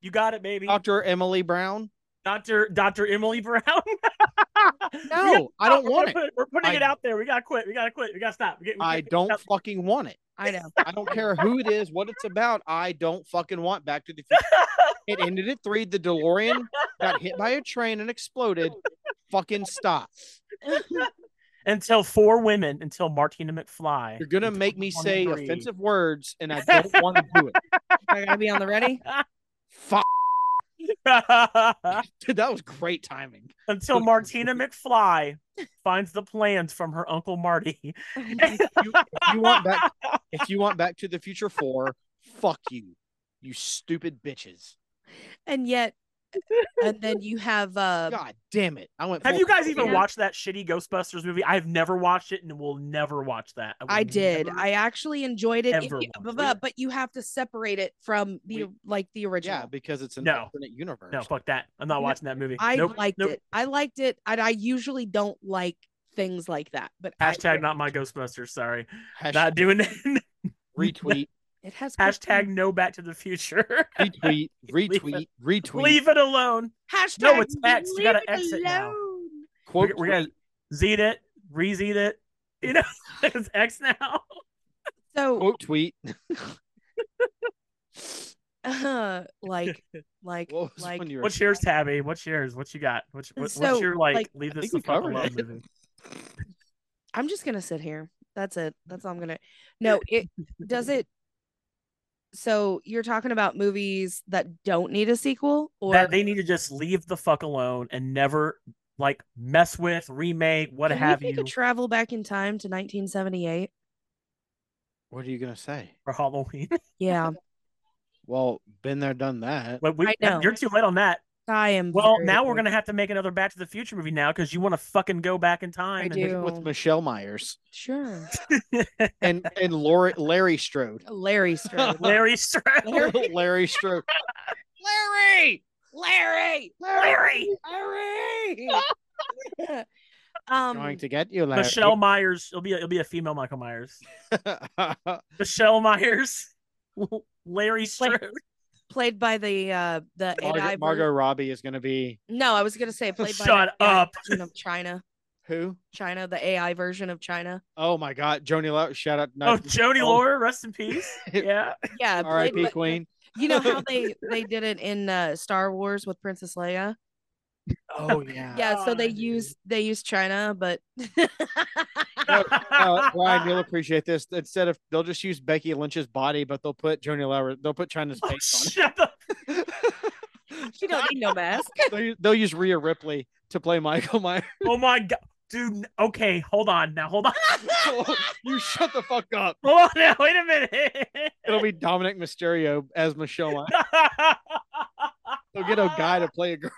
You got it, baby. Doctor Emily Brown. Doctor Doctor Emily Brown. No, I don't We're want gonna it. put We're putting I- it out there. We gotta quit. We gotta quit. We gotta stop. We get- we I get- don't stop. fucking want it. I know. I don't care who it is, what it's about. I don't fucking want Back to the Future. It ended at three. The DeLorean got hit by a train and exploded. Fucking stop. until four women, until Martina McFly. You're gonna make me say 2023. offensive words, and I don't want to do it. I gotta be on the ready. Fuck. Dude, that was great timing. until Martina McFly finds the plans from her uncle Marty. If you want back, if you want Back to the Future Four, fuck you, you stupid bitches. and yet, and then you have uh, God damn it! I went. Have full you guys circle even there. watched that shitty Ghostbusters movie? I've never watched it and will never watch that. will I did. never- I actually enjoyed it, if ever you- watch but, it. but you have to separate it from the like the original. Yeah, because it's an No. alternate universe. No, fuck that. I'm not No, watching that movie. I nope, liked nope. it. I liked it. And I usually don't like things like that, but I- Hashtag not my Ghostbusters. Sorry, Hashtag not doing it. retweet, it has Hashtag no Back to the Future. retweet, it. retweet, retweet. Leave it alone. Hashtag No, it's X. You gotta X it now. alone. Quote, We're, we're gonna zed it, re-zed it. You know, it's X now. So, quote tweet. uh, like, like, What was like, when you were What's yours, Tabby? What's yours? What you got? What, what, So, what's your like? like, leave this think the we fuck covered alone. it. Movie. I'm just gonna sit here. That's it. That's all I'm gonna. No, it does it. So you're talking about movies that don't need a sequel, or That they need to just leave the fuck alone and never like mess with, remake, what Can we have take you A travel back in time to 1978. What are you gonna say? for Halloween. Yeah, Well, been there, done that. But we, I know. you're too late on that. I am. Well, very now we're worried. gonna have to make another Back to the Future movie now because you want to fucking go back in time. and- do. with Ew. Michelle Myers sure. and and Laura, Larry Strode. Larry Strode. Larry Stroud. Larry Strode. Larry! Larry! Larry! Larry! um, Going to get you, Larry. Michelle Myers. It'll be a, it'll be a female Michael Myers. Michelle Myers. Larry Strode. played by the uh the Ed Margot, Iver- Margot Robbie is going to be No, I was gonna say played by Shut the AI up. version of China. who? China, the AI version of China. Oh my God, Joni Low. Shout out, Oh, no, Joni Oh. Lore, rest in peace. Yeah. Yeah, played R.I.P. by- Queen. You know how they they did it in uh, Star Wars with Princess Leia. Oh yeah. Yeah, so they God, dude. use they use China, but Uh, Ryan, you'll appreciate this. Instead of they'll just use Becky Lynch's body, but they'll put Joni Low. They'll put China's Oh, face shut the on. you don't need no mask. it. they'll, u- they'll use Rhea Ripley to play Michael Myers. Oh my god, dude. n- Okay, hold on now. Hold on. you shut the fuck up. Hold on now. Wait a minute. It'll be Dominic Mysterio as Michelle. Myers. They'll get a guy to play a girl.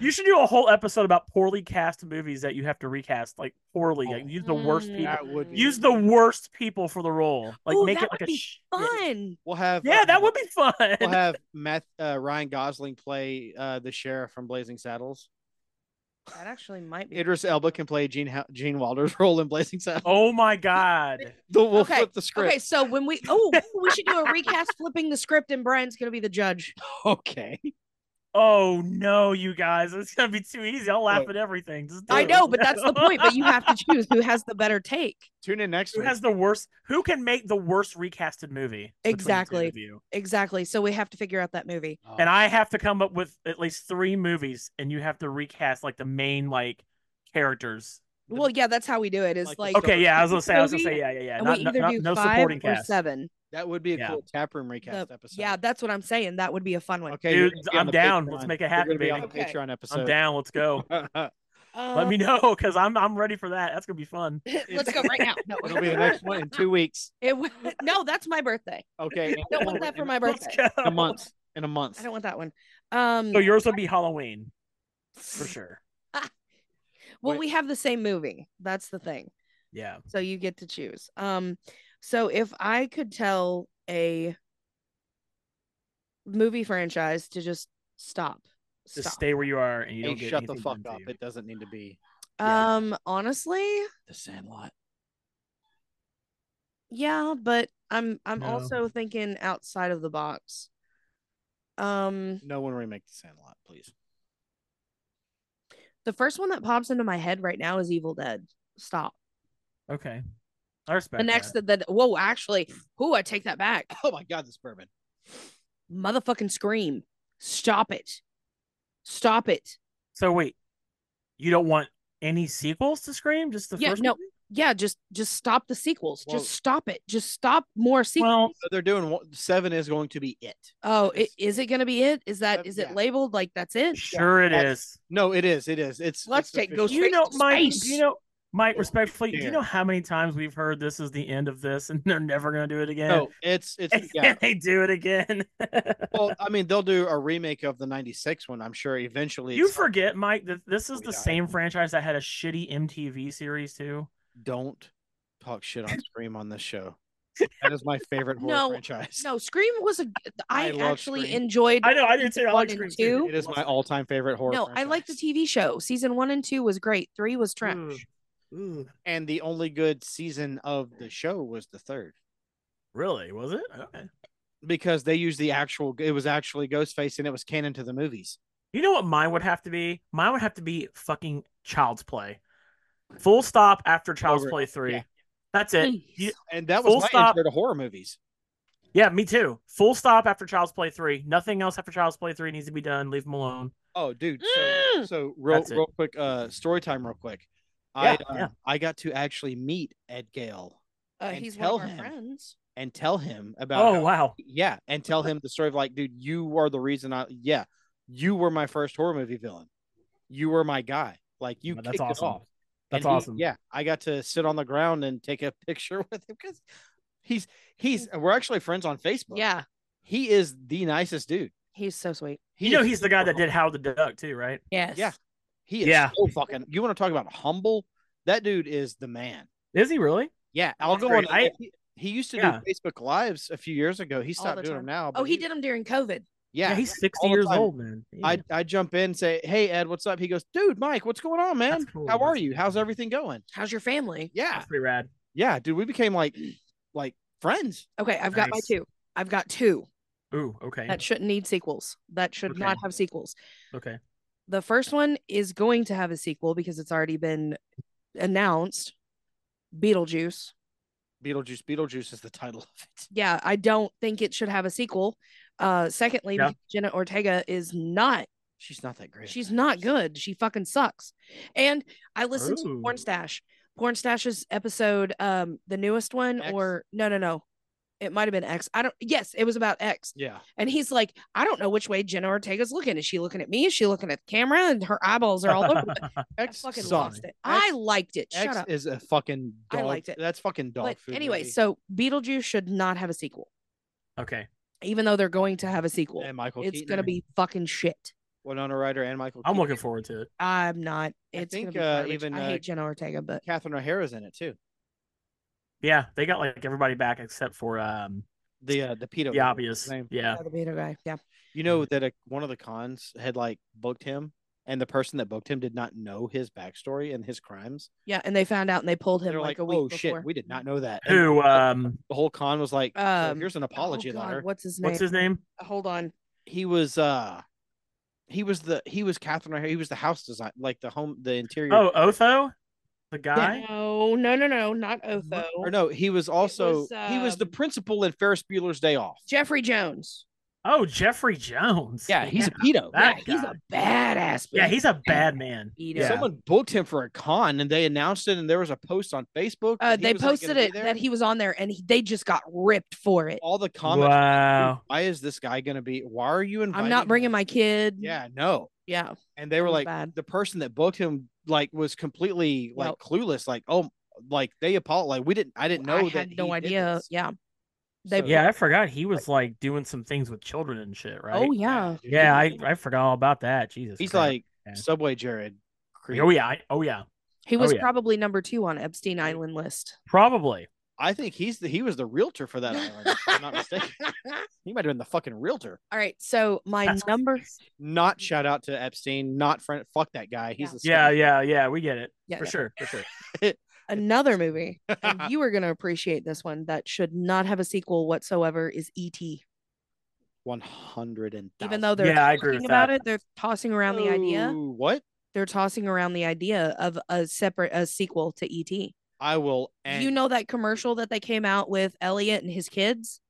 You should do a whole episode about poorly cast movies that you have to recast, like poorly. Like, Oh. use the worst Mm. people. That would be- Use the worst people for the role. Like, Ooh, make that it like would a be sh- Fun. We'll have Yeah, uh, that would be fun. We'll have Matt uh, Ryan Gosling play uh, the sheriff from Blazing Saddles. That actually might be. Idris Elba can play Gene Ho- Gene Wilder's role in Blazing Saddles. oh my god. We'll we'll Okay, flip the script. Okay, so when we oh we should do a recast flipping the script and Brian's gonna be the judge. Okay. Oh no, you guys. It's gonna be too easy. I'll laugh Look. at everything. Just I do it. know, but that's the point. But you have to choose who has the better take. Tune in next Who week. has the worst? Who can make the worst recasted movie? between the two Exactly. of you? Exactly. So we have to figure out that movie. Oh, And I have to come up with at least three movies, and you have to recast like the main like characters. The- Well, yeah, that's how we do it. Is Like like, the Okay, yeah, I was gonna say, I was gonna movie, say, yeah, yeah, yeah. and Not, we not, either not- do no five supporting or cast. seven. that would be a Yeah. cool taproom recast The- episode. yeah, that's what I'm saying. That would be a fun one. Okay. you're Dude, gonna be on I'm the down. Let's Patreon. make it You're happen, gonna be baby. on the Okay. Patreon I'm episode. down. Let's go. Let Uh, me know because I'm I'm ready for that. That's gonna be fun. Let's go right now. No, It'll be the next one in two weeks. It will, no, that's my birthday. Okay. I don't want that for my Let's birthday. go. In a month. In a month. I don't want that one. Um, Oh, So yours will be Halloween for sure. well, wait. we have the same movie. That's the thing. Yeah. So you get to choose. Um, so if I could tell a movie franchise to just stop, Just stop. stay where you are and you Hey, don't get shut the anything fuck done to up. you. It doesn't need to be yeah. um, honestly, the Sandlot. Yeah, but I'm I'm No. also thinking outside of the box. Um, No one remake the Sandlot, please. the first one that pops into my head right now is Evil Dead. Stop. Okay. I respect The next that. that, that whoa, actually, who I take that back. Oh my God, this bourbon. Motherfucking scream. Stop it. Stop it. So wait, you don't want any sequels to Scream? Just the Yeah, first no, movie? Yeah, just just stop the sequels. Well- Just stop it. Just stop more sequels. Well, So they're doing one, seven is going to be it. oh, i- it's- is it gonna be it? Is Uh, that is yeah. it labeled like that's it? sure it that's- is. No, it is. It is. It's Let's it's take official. Ghostface You know, to Mike. do space. You know, Mike. Oh, Respectfully, do you dear. know how many times we've heard this is the end of this, and they're never going to do it again? No, it's it's and yeah. they do it again. Well, I mean, they'll do a remake of the '96 one. I'm sure eventually. you it's- forget, Mike, that this is We the die. same franchise that had a shitty MTV series too. Don't talk shit on Scream on this show. That is my favorite horror No, franchise. No, Scream was a I, I love actually Scream. enjoyed I know, I did too. I one like and Scream two. too. It is my all-time favorite horror. No, I franchise. Mm, like the TV show. Season one and two was great. Three was trash. Ooh, And the only good season of the show was the third really? Was it? Okay. because they used the actual. It was actually Ghostface, and it was canon to the movies. You know what mine would have to be? Mine would have to be fucking Child's Play. Full stop after Child's Over it. Play three. Yeah. That's it. Please. You- And that Full was my stop. intro to horror movies. yeah, me too. Full stop after Child's Play three. Nothing else after Child's Play three needs to be done. Leave them alone. Oh, dude. So, Mm. so real, That's it. real quick, uh, story time, real quick. Yeah, I, uh, yeah. I got to actually meet Ed Gale Uh, And he's tell one of our him. friends. and tell him about. Oh how- wow. yeah, and tell him the story of like, dude, you are the reason I. Yeah, you were my first horror movie villain. You were my guy. Like you. Well, that's kicked it awesome. off. That's And he- awesome. Yeah, I got to sit on the ground and take a picture with him because he's he's we're actually friends on Facebook. Yeah. He is the nicest dude. He's so sweet. He You know is he's the guy that super did Howard the Duck too, right? Yes. Yeah. He is Yeah. so fucking. You want to talk about humble? That dude is the man. Is he really? Yeah, I'll That's go on. great. I- he, he used to Yeah. do Facebook Lives a few years ago. He stopped the doing time. them now. Oh, but he did them during COVID. Yeah, Yeah, he's sixty all the years time. old, man. I Yeah. I jump in and say, "Hey Ed, what's up?" He goes, "Dude, Mike, what's going on, man? That's cool. How are That's you? cool. How's everything going?" How's your family? Yeah, That's pretty rad. yeah, dude. We became like like friends. Okay, I've got my Nice. two. I've got two Ooh, okay, that shouldn't need sequels. That should Okay. not have sequels. okay. The first one is going to have a sequel because it's already been announced. Beetlejuice. Beetlejuice, Beetlejuice is the title of it. Yeah, I don't think it should have a sequel. Uh, secondly, Yeah. because Jenna Ortega is not. She's not that great. She's not good. She fucking sucks. And I listened to Ooh. Porn Stash. Porn Stash's episode, um, the newest one, X? or no, no, no. It might have been X. I don't. Yes, it was about X. Yeah, And he's like, I don't know which way Jenna Ortega's looking. Is she looking at me? Is she looking at the camera? And her eyeballs are all over. the- X fucking sucks. lost it. X- I liked it. Shut X up. is a fucking. I Dog, liked it. That's fucking dog But food. anyway, movie. so Beetlejuice should not have a sequel, okay. even though they're going to have a sequel. and Michael, it's Keaton gonna and be fucking shit. Winona Ryder and Michael. I'm Keaton. looking forward to it. I'm not. I It's think, gonna uh, be garbage. even, I uh, hate Jenna Ortega, but Catherine O'Hara's in it too. Yeah, they got like everybody back except for um The uh, the pedo. the obvious. Mm-hmm. Yeah. yeah, the Beetle guy. Yeah, You know that a, one of the cons had like booked him, and the person that booked him did not know his backstory and his crimes. yeah. And they found out and they pulled him They're like, like, a week "Oh before. shit, we did not know that." And Who? Um. the whole con was like, "Well, Um, "Here's an Oh, apology God, letter." What's his name? What's his name? Hold on. He was uh, he was the he was Catherine O'Hara. He was the house design, like the home, the interior. Oh, Otho, the guy. No, no, no, no, not Otho. or no, he was also was, he was the um, principal in Ferris Bueller's Day Off. Jeffrey Jones. Oh, Jeffrey Jones. Yeah, he's a pedo. That yeah, he's guy. a badass. yeah, man. he's a bad man. Eat Yeah. up. Someone booked him for a con, and they announced it, and there was a post on Facebook. Uh, that he they was not gonna posted be it there. Oh that he was on there, and he, they just got ripped for it. all the comments. Wow. why is this guy going to be? Why are you inviting? I'm not bringing him?" my kid. Yeah, no. yeah. And they were was like, bad. the person that booked him like was completely like Yep. clueless. Like, oh, like they apologize. Like we didn't. I didn't know. I that had no he did idea. this. Yeah. They So- Yeah, I forgot he was like doing some things with children and shit, right? Oh yeah. dude. Yeah, I, I forgot all about that. Jesus. He's Christ. like Yeah. Subway Jared. creep. Oh yeah. I, oh yeah. He Oh, was yeah. probably number two on Epstein Island list. Probably. I think he's the, he was the realtor for that island. if I'm not mistaken. He might have been the fucking realtor. All right. So my That's- number Not shout out to Epstein. Not friend. Fuck that guy. He's the Yeah, yeah, yeah. We get it Yeah, for yeah. sure, for sure. another movie. and you are gonna appreciate this one that should not have a sequel whatsoever is E.T. One hundred and Even though they're Yeah, I agree talking with about that. it, they're tossing around the idea. What They're tossing around the idea of a separate a sequel to E E.T. I will. End. you know that commercial that they came out with Elliot and his kids?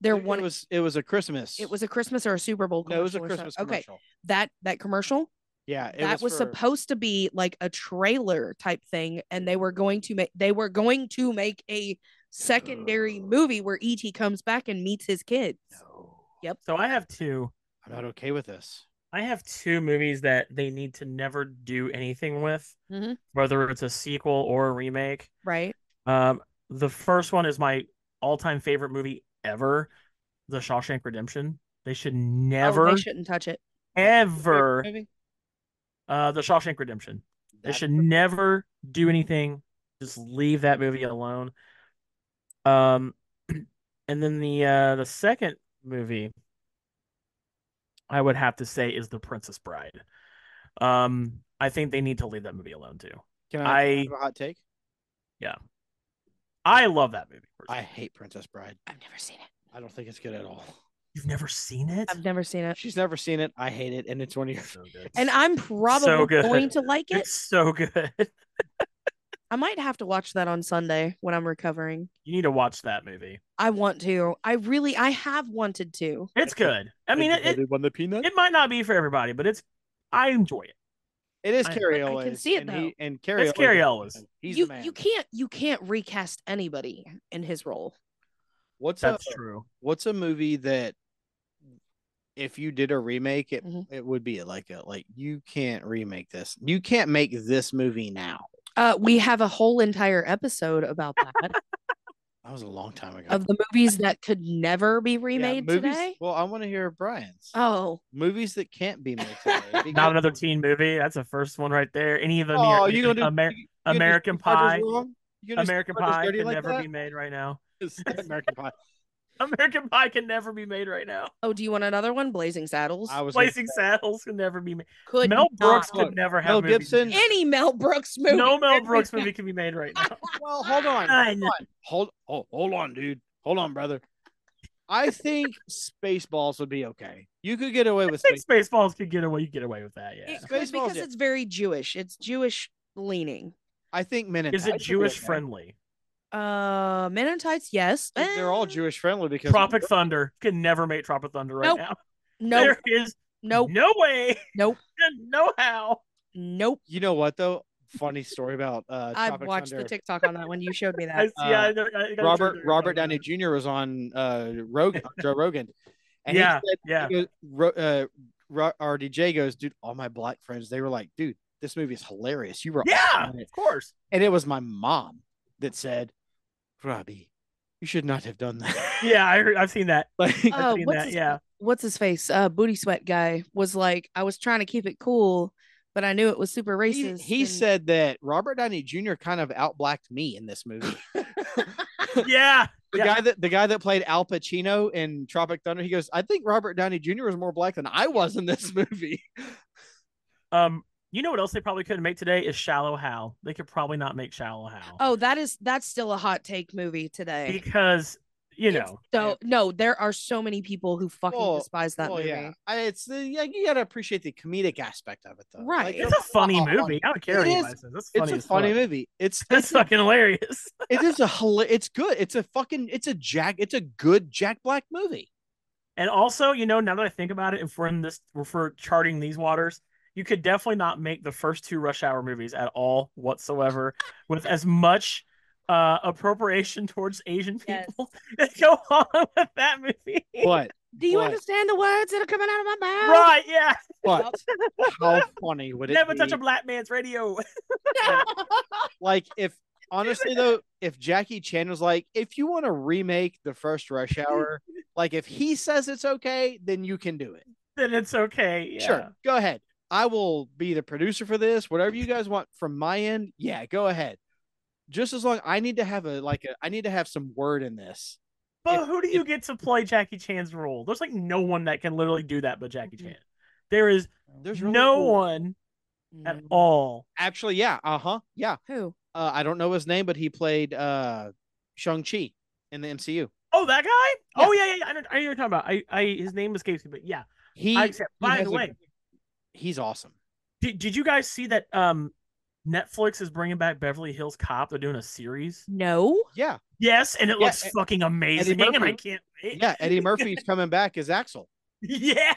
They're It- one. It was it was a Christmas. it was a Christmas or a Super Bowl. no, it was a commercial or Christmas something. Okay, commercial. that that commercial Yeah, it that was, for- supposed to be like a trailer type thing, and they were going to make they were going to make a secondary movie where ET comes back and meets his kids. No, Yep. So I have two. I'm not okay with this. I have two movies that they need to never do anything with, Mhm. whether it's a sequel or a remake. Right. Um, the first one is my all-time favorite movie ever, The Shawshank Redemption. They should Oh, never, they shouldn't touch it. ever, Maybe? uh, The Shawshank Redemption. They That- should never do anything. Just leave that movie alone. Um, and then the uh the second movie I would have to say is The Princess Bride. Um, I think they need to leave that movie alone too. Can I, I- have a hot take? I love that movie. I personally. hate Princess Bride. I've never seen it. I don't think it's good at all. You've never seen it? I've never seen it, She's never seen it. I hate it, and it's one of your. So good. and I'm probably good. going to like it. it's so good. I might have to watch that on Sunday when I'm recovering. You need to watch that movie. I want to. I really. I have wanted to. It's good. I mean, it, it won the peanut. it might not be for everybody, but it's I enjoy it. it is I- Carrie I can Elwes. see it, and he- and Carrie. It's Cary Elwes. Elwes. He's you the man. you can't you can't recast anybody in his role. What's up? That's true. what's a movie that if you did a remake it Mhm. it would be like a like you can't remake this you can't make this movie now Uh, we have a whole entire episode about that. That was a long time ago. of the movies that could never be Yeah, remade movies- today. Well, I want to hear Brian's Oh, movies that can't be made today. because- Not another teen movie. That's the first one right there. Any of them? Oh, Amer- you gonna do Amer- you gonna do American Steve Rogers Pie. wrong? You gonna do American Steve Rogers Pie dirty can like never that? be made right now. It's not American Pie. American Pie can never be made right now. oh, do you want another one? Blazing Saddles. I was gonna Blazing Saddles can never be made. could Mel Brooks not. could never Mel have a movie Gibson- made. any Mel Brooks movie. No Mel could be Brooks made. movie can be made right now. Well, hold on. Hold on. Hold oh, hold on, dude. Hold on, brother. I think Spaceballs would be okay. You could get away I with think Spaceballs. Spaceballs could get away. You get away with that, yeah. It could Spaceballs, because yeah. it's very Jewish. It's Jewish leaning. I think Men in Is it Tights would be Jewish okay. friendly? Uh, Men in Tights, yes. I think They're all Eh, Jewish friendly because Tropic Thunder can never make Tropic Thunder right Nope. now. Nope, There is nope, no way, Nope. no how. nope. you know what though? Funny story about uh I Tropic watched Thunder. the TikTok on that one. You showed me I, that. yeah, I, know- I gotta try to Uh, Robert remember Robert that. Downey Jr. was on uh Rogan Joe Rogan, and Yeah, he said, yeah. he goes, Ro- uh, Ro- RDJ goes, dude, all my black friends, they were like, dude, this movie is hilarious. You were Yeah, awesome in it." of course. and it was my mom that said, Robbie, you should not have done that. Yeah, I heard, I've seen that. like, I've Uh, seen what's that. his- Yeah, What's his face? Uh, booty sweat guy was like, I was trying to keep it cool, but I knew it was super he, racist. he and- said that Robert Downey Jr. kind of outblacked me in this movie. yeah. The Yeah. guy that the guy that played Al Pacino in Tropic Thunder, he goes, I think Robert Downey Jr. was more black than I was in this movie. Um, you know what else they probably couldn't make today is Shallow Hal. They could probably not make Shallow Hal. "Oh, that is that's still a hot take movie today." because you It's know so no, there are so many people who fucking Well- despise that well, movie. yeah, I, it's the, yeah, you gotta appreciate the comedic aspect of it, though. Right. it's a funny oh, oh, movie. I don't care what It anybody is. says. It's It's funny. a as funny fuck. movie. It's It's fucking hilarious. it is a hila- it's good. It's a fucking it's a Jack. It's a good Jack Black movie. And also, you know, now that I think about it, if we're in this, if we're charting these waters, you could definitely not make the first two Rush Hour movies at all whatsoever with as much uh appropriation towards Asian Yes. people that go on with that movie. But Do you What? understand the words that are coming out of my mouth? Right? Yeah. but how funny would it Never be? touch a black man's radio. like if honestly though, if Jackie Chan was like, if you want to remake the first Rush Hour, like if he says it's okay, then you can do it. then it's okay. Yeah. Sure, go ahead. I will be the producer for this. Whatever you guys want from my end, yeah, go ahead. Just as long I need to have a like a I need to have some word in this. But If- who do you get to play Jackie Chan's role? There's like no one that can literally do that but Jackie Chan. There is There's really no cool- one at all. Actually, yeah. Uh huh. Yeah. Who? Uh, I don't know his name, but he played uh Shang Chi in the MCU. Oh, that guy? Oh yeah, yeah. yeah. I, know, I know you're talking about. I, I, his name escapes me, but yeah. He I accept. he By has the a- way, he's awesome. did, did you guys see that? Um, Netflix is bringing back Beverly Hills Cop. They're doing a series. No. Yeah, Yes, and it Yeah, looks Ed- fucking amazing, and I Murphy. can't wait. yeah. Eddie Murphy's coming back as Axel. yeah.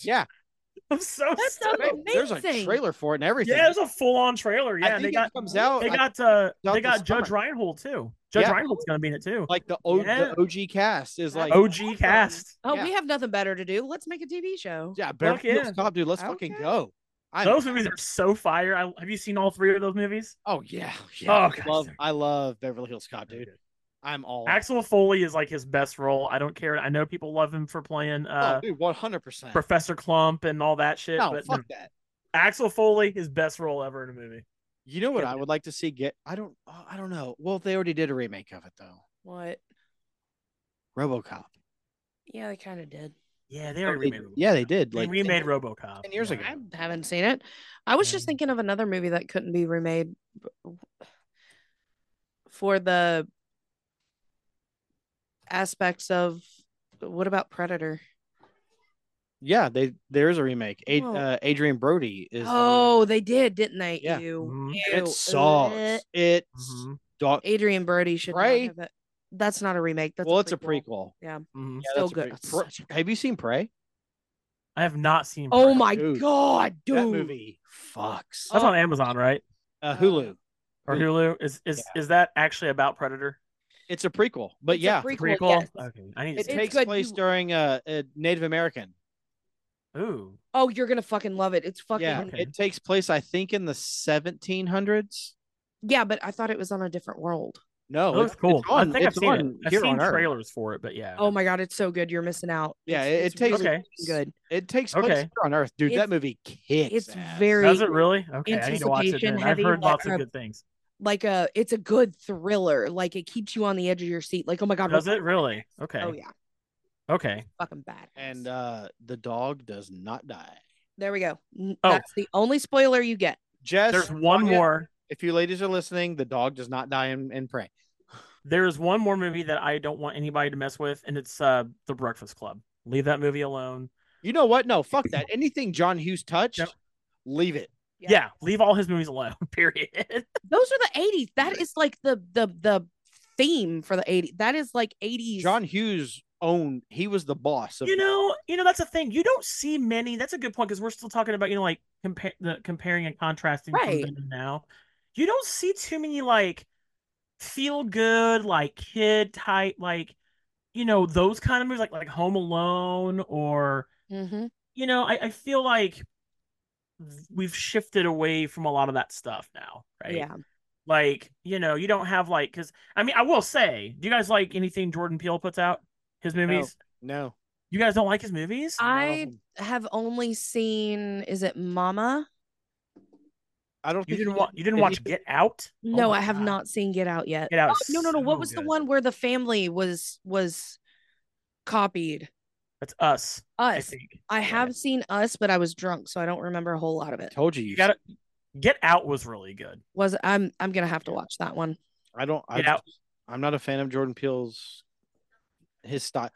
Yeah, oh, I'm so That's so stoked. amazing. there's a trailer for it and everything. Yeah, it was a full on trailer. I Yeah, think they it got comes out. they I- got uh out they this got Judge summer. Reinhold too. Judge Yeah. Reinhold's gonna be in it too. like the, o- Yeah. the OG cast is like OG Awesome. cast. Oh, Yeah. we have nothing better to do. Let's make a TV show. yeah. Beverly Hills yeah. Cop, dude. Let's fucking Okay. go. I'm, Those movies are so fire. I, have you seen all three of those movies? oh yeah, yeah. Oh, I God, love they're- I love Beverly Hills Cop, dude. I'm all Axel Foley is like his best role. I don't care. I know people love him for playing oh, uh, dude, one hundred percent. Professor Clump and all that shit, No, but fuck that. Axel Foley, his best role ever in a movie. You know what Yeah. I would like to see get I don't uh, I don't know. Well, they already did a remake of it though. What? RoboCop. Yeah, they kind of did. Yeah, they already They- remade. yeah, they did. They Like remade RoboCop 10 years yeah. ago. I haven't seen it. I was just Mm. Yeah. thinking of another movie that couldn't be remade b- for the aspects of what about Predator? Yeah, they there is a remake. Ad, Well- uh, Adrian Brody is. the Oh, remake. they did, didn't they? Yeah. Mm-hmm. Ew. Mhm, Ew. it sucks. Ugh. It mhm, sucks. Adrian Brody should not Prey? have it. That's not a remake. That's well, it's a prequel. mhm. Yeah, Still that's a good. pre- That's Pre- such Have you seen Prey? I have not seen. Oh Prey. my Dude, god, dude. Oh, That movie fucks. That's on Amazon, right? Uh, Hulu. Or Hulu. Hulu? Is is is that actually about Predator? It's a prequel, but It's a yeah, Uh, prequel, Prequel. yes. Okay, I need to it see. take- Take... takes good. place You- during uh, a Native American. Ooh, Oh, you're gonna fucking love it. It's fucking Yeah, yeah. Okay. it takes place I think in the 1700s. but I thought it was on a different world. No, it looks it's- Oh, cool. It's on, I think I've it's seen on it. I've here seen on Earth. trailers for it, but yeah. Oh my god, it's so good. You're missing out. Yeah, It's- it- it's it takes- really Okay. good. It takes place Okay. here on Earth, dude. It's- that movie kicks. It's ass. very Does it really? Okay, I need to watch it. Anticipation Then. I've heavy, heard like lots a- of good things. Like a it's a good thriller. Like it keeps you on the edge of your seat. Like, oh my god, Does what- it really? Okay. Oh yeah. Okay. Fucking bad. and uh the dog does not die. there we go. N- Oh. That's the only spoiler you get. Jess, There's Oh, one Sonya, more. If you ladies are listening, the dog does not die in, in prey. There's one more movie that I don't want anybody to mess with, and it's uh The Breakfast Club. Leave that movie alone. You know what? No, fuck that. Anything John Hughes touched, Yep. leave it. Yeah. Yeah. leave all his movies alone. Period. Those are the 80s. That is like the the the theme for the 80s. That is like 80s. John Hughes owned. He was the boss of. you know, you know that's a thing. You don't see many. That's a good point because we're still talking about you know like compare the comparing and contrasting from Right. then and now. You don't see too many like feel good like kid type like you know those kind of movies like like Home Alone or Mhm. you know, I, I feel like we've shifted away from a lot of that stuff now, right? Yeah. Like, you know, you don't have like, because I mean, I will say, do you guys like anything Jordan Peele puts out? His Oh. movies? no, You guys don't like his movies? I No. have only seen is it Mama? I don't. you think didn't he- watch. You didn't did watch he- Get Out? Oh No, my I have God. not seen Get Out yet. Get Out. Oh, is no, no, no. What so was the good. one where the family was was copied? That's Us. I Us. think. I Yeah. have seen Us, but I was drunk, so I don't remember a whole lot of it. Told you. You You got it. Get Out was really good. Was I'm I'm gonna have to watch that one. I don't. I, Get Out. I'm not a fan of Jordan Peele's his style.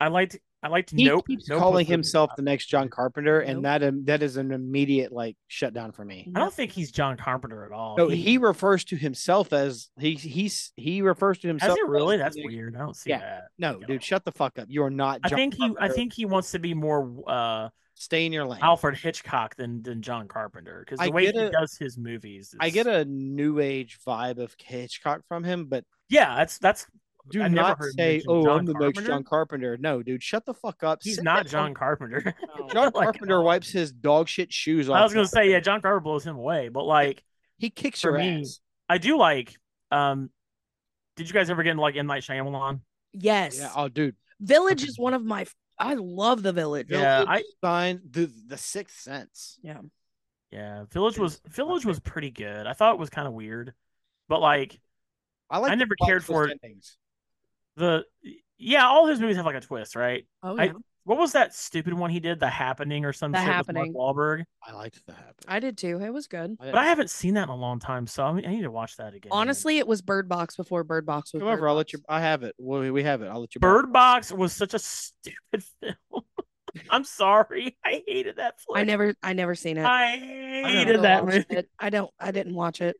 I liked. I liked. He nope. keeps Nope was calling really himself the good. next John Carpenter, and Nope. that um, that is an immediate like shutdown for me. I don't think he's John Carpenter at all. No, he refers to himself as he he's he refers to Has himself. it as really? the That's next- weird. I don't see Yeah. that. No, No. dude, shut the fuck up. You are not. I John think he. I Carpenter. think he wants to be more uh, stay in your lane. Alfred Hitchcock than than John Carpenter because the I way get he a- does his movies. Is, I get a new age vibe of Hitchcock from him, but yeah. That's that's do I never not heard him say, mention "Oh, John I'm the next Carpenter." John Carpenter." No, dude, shut the fuck up. he's Sit not down. John Carpenter. John Like, Carpenter wipes his dog shit shoes off. Oh I was gonna say yeah, John Carpenter blows him away, but like he kicks for your me- ass. I do like. um Did you guys ever get into like M Night Shyamalan? Yes. Yeah. Oh, dude. Village is one of my f- I love the village. Yeah. I- Sign the the Sixth Sense. Yeah. Yeah, Village was It's Village okay. was pretty good. I thought it was kind of weird, but like I like. I the never plot cared for twist endings. the yeah, all his movies have like a twist, right? Oh I- yeah. What was that stupid one he did? The Happening or some The shit Happening. with Mark Wahlberg. I liked the happen. I, did too. It was good. I- But I haven't seen that in a long time, so I, mean, I need to watch that again. Honestly, it was Bird Box before Bird Box was come over. Bird I'll let Box. you. I have it. We we have it. I'll let you. borrow it. Bird Box was such a stupid film. I'm sorry, I hated that flick. I never I never seen it. I I hated never that movie. watched it. I don't I didn't watch it.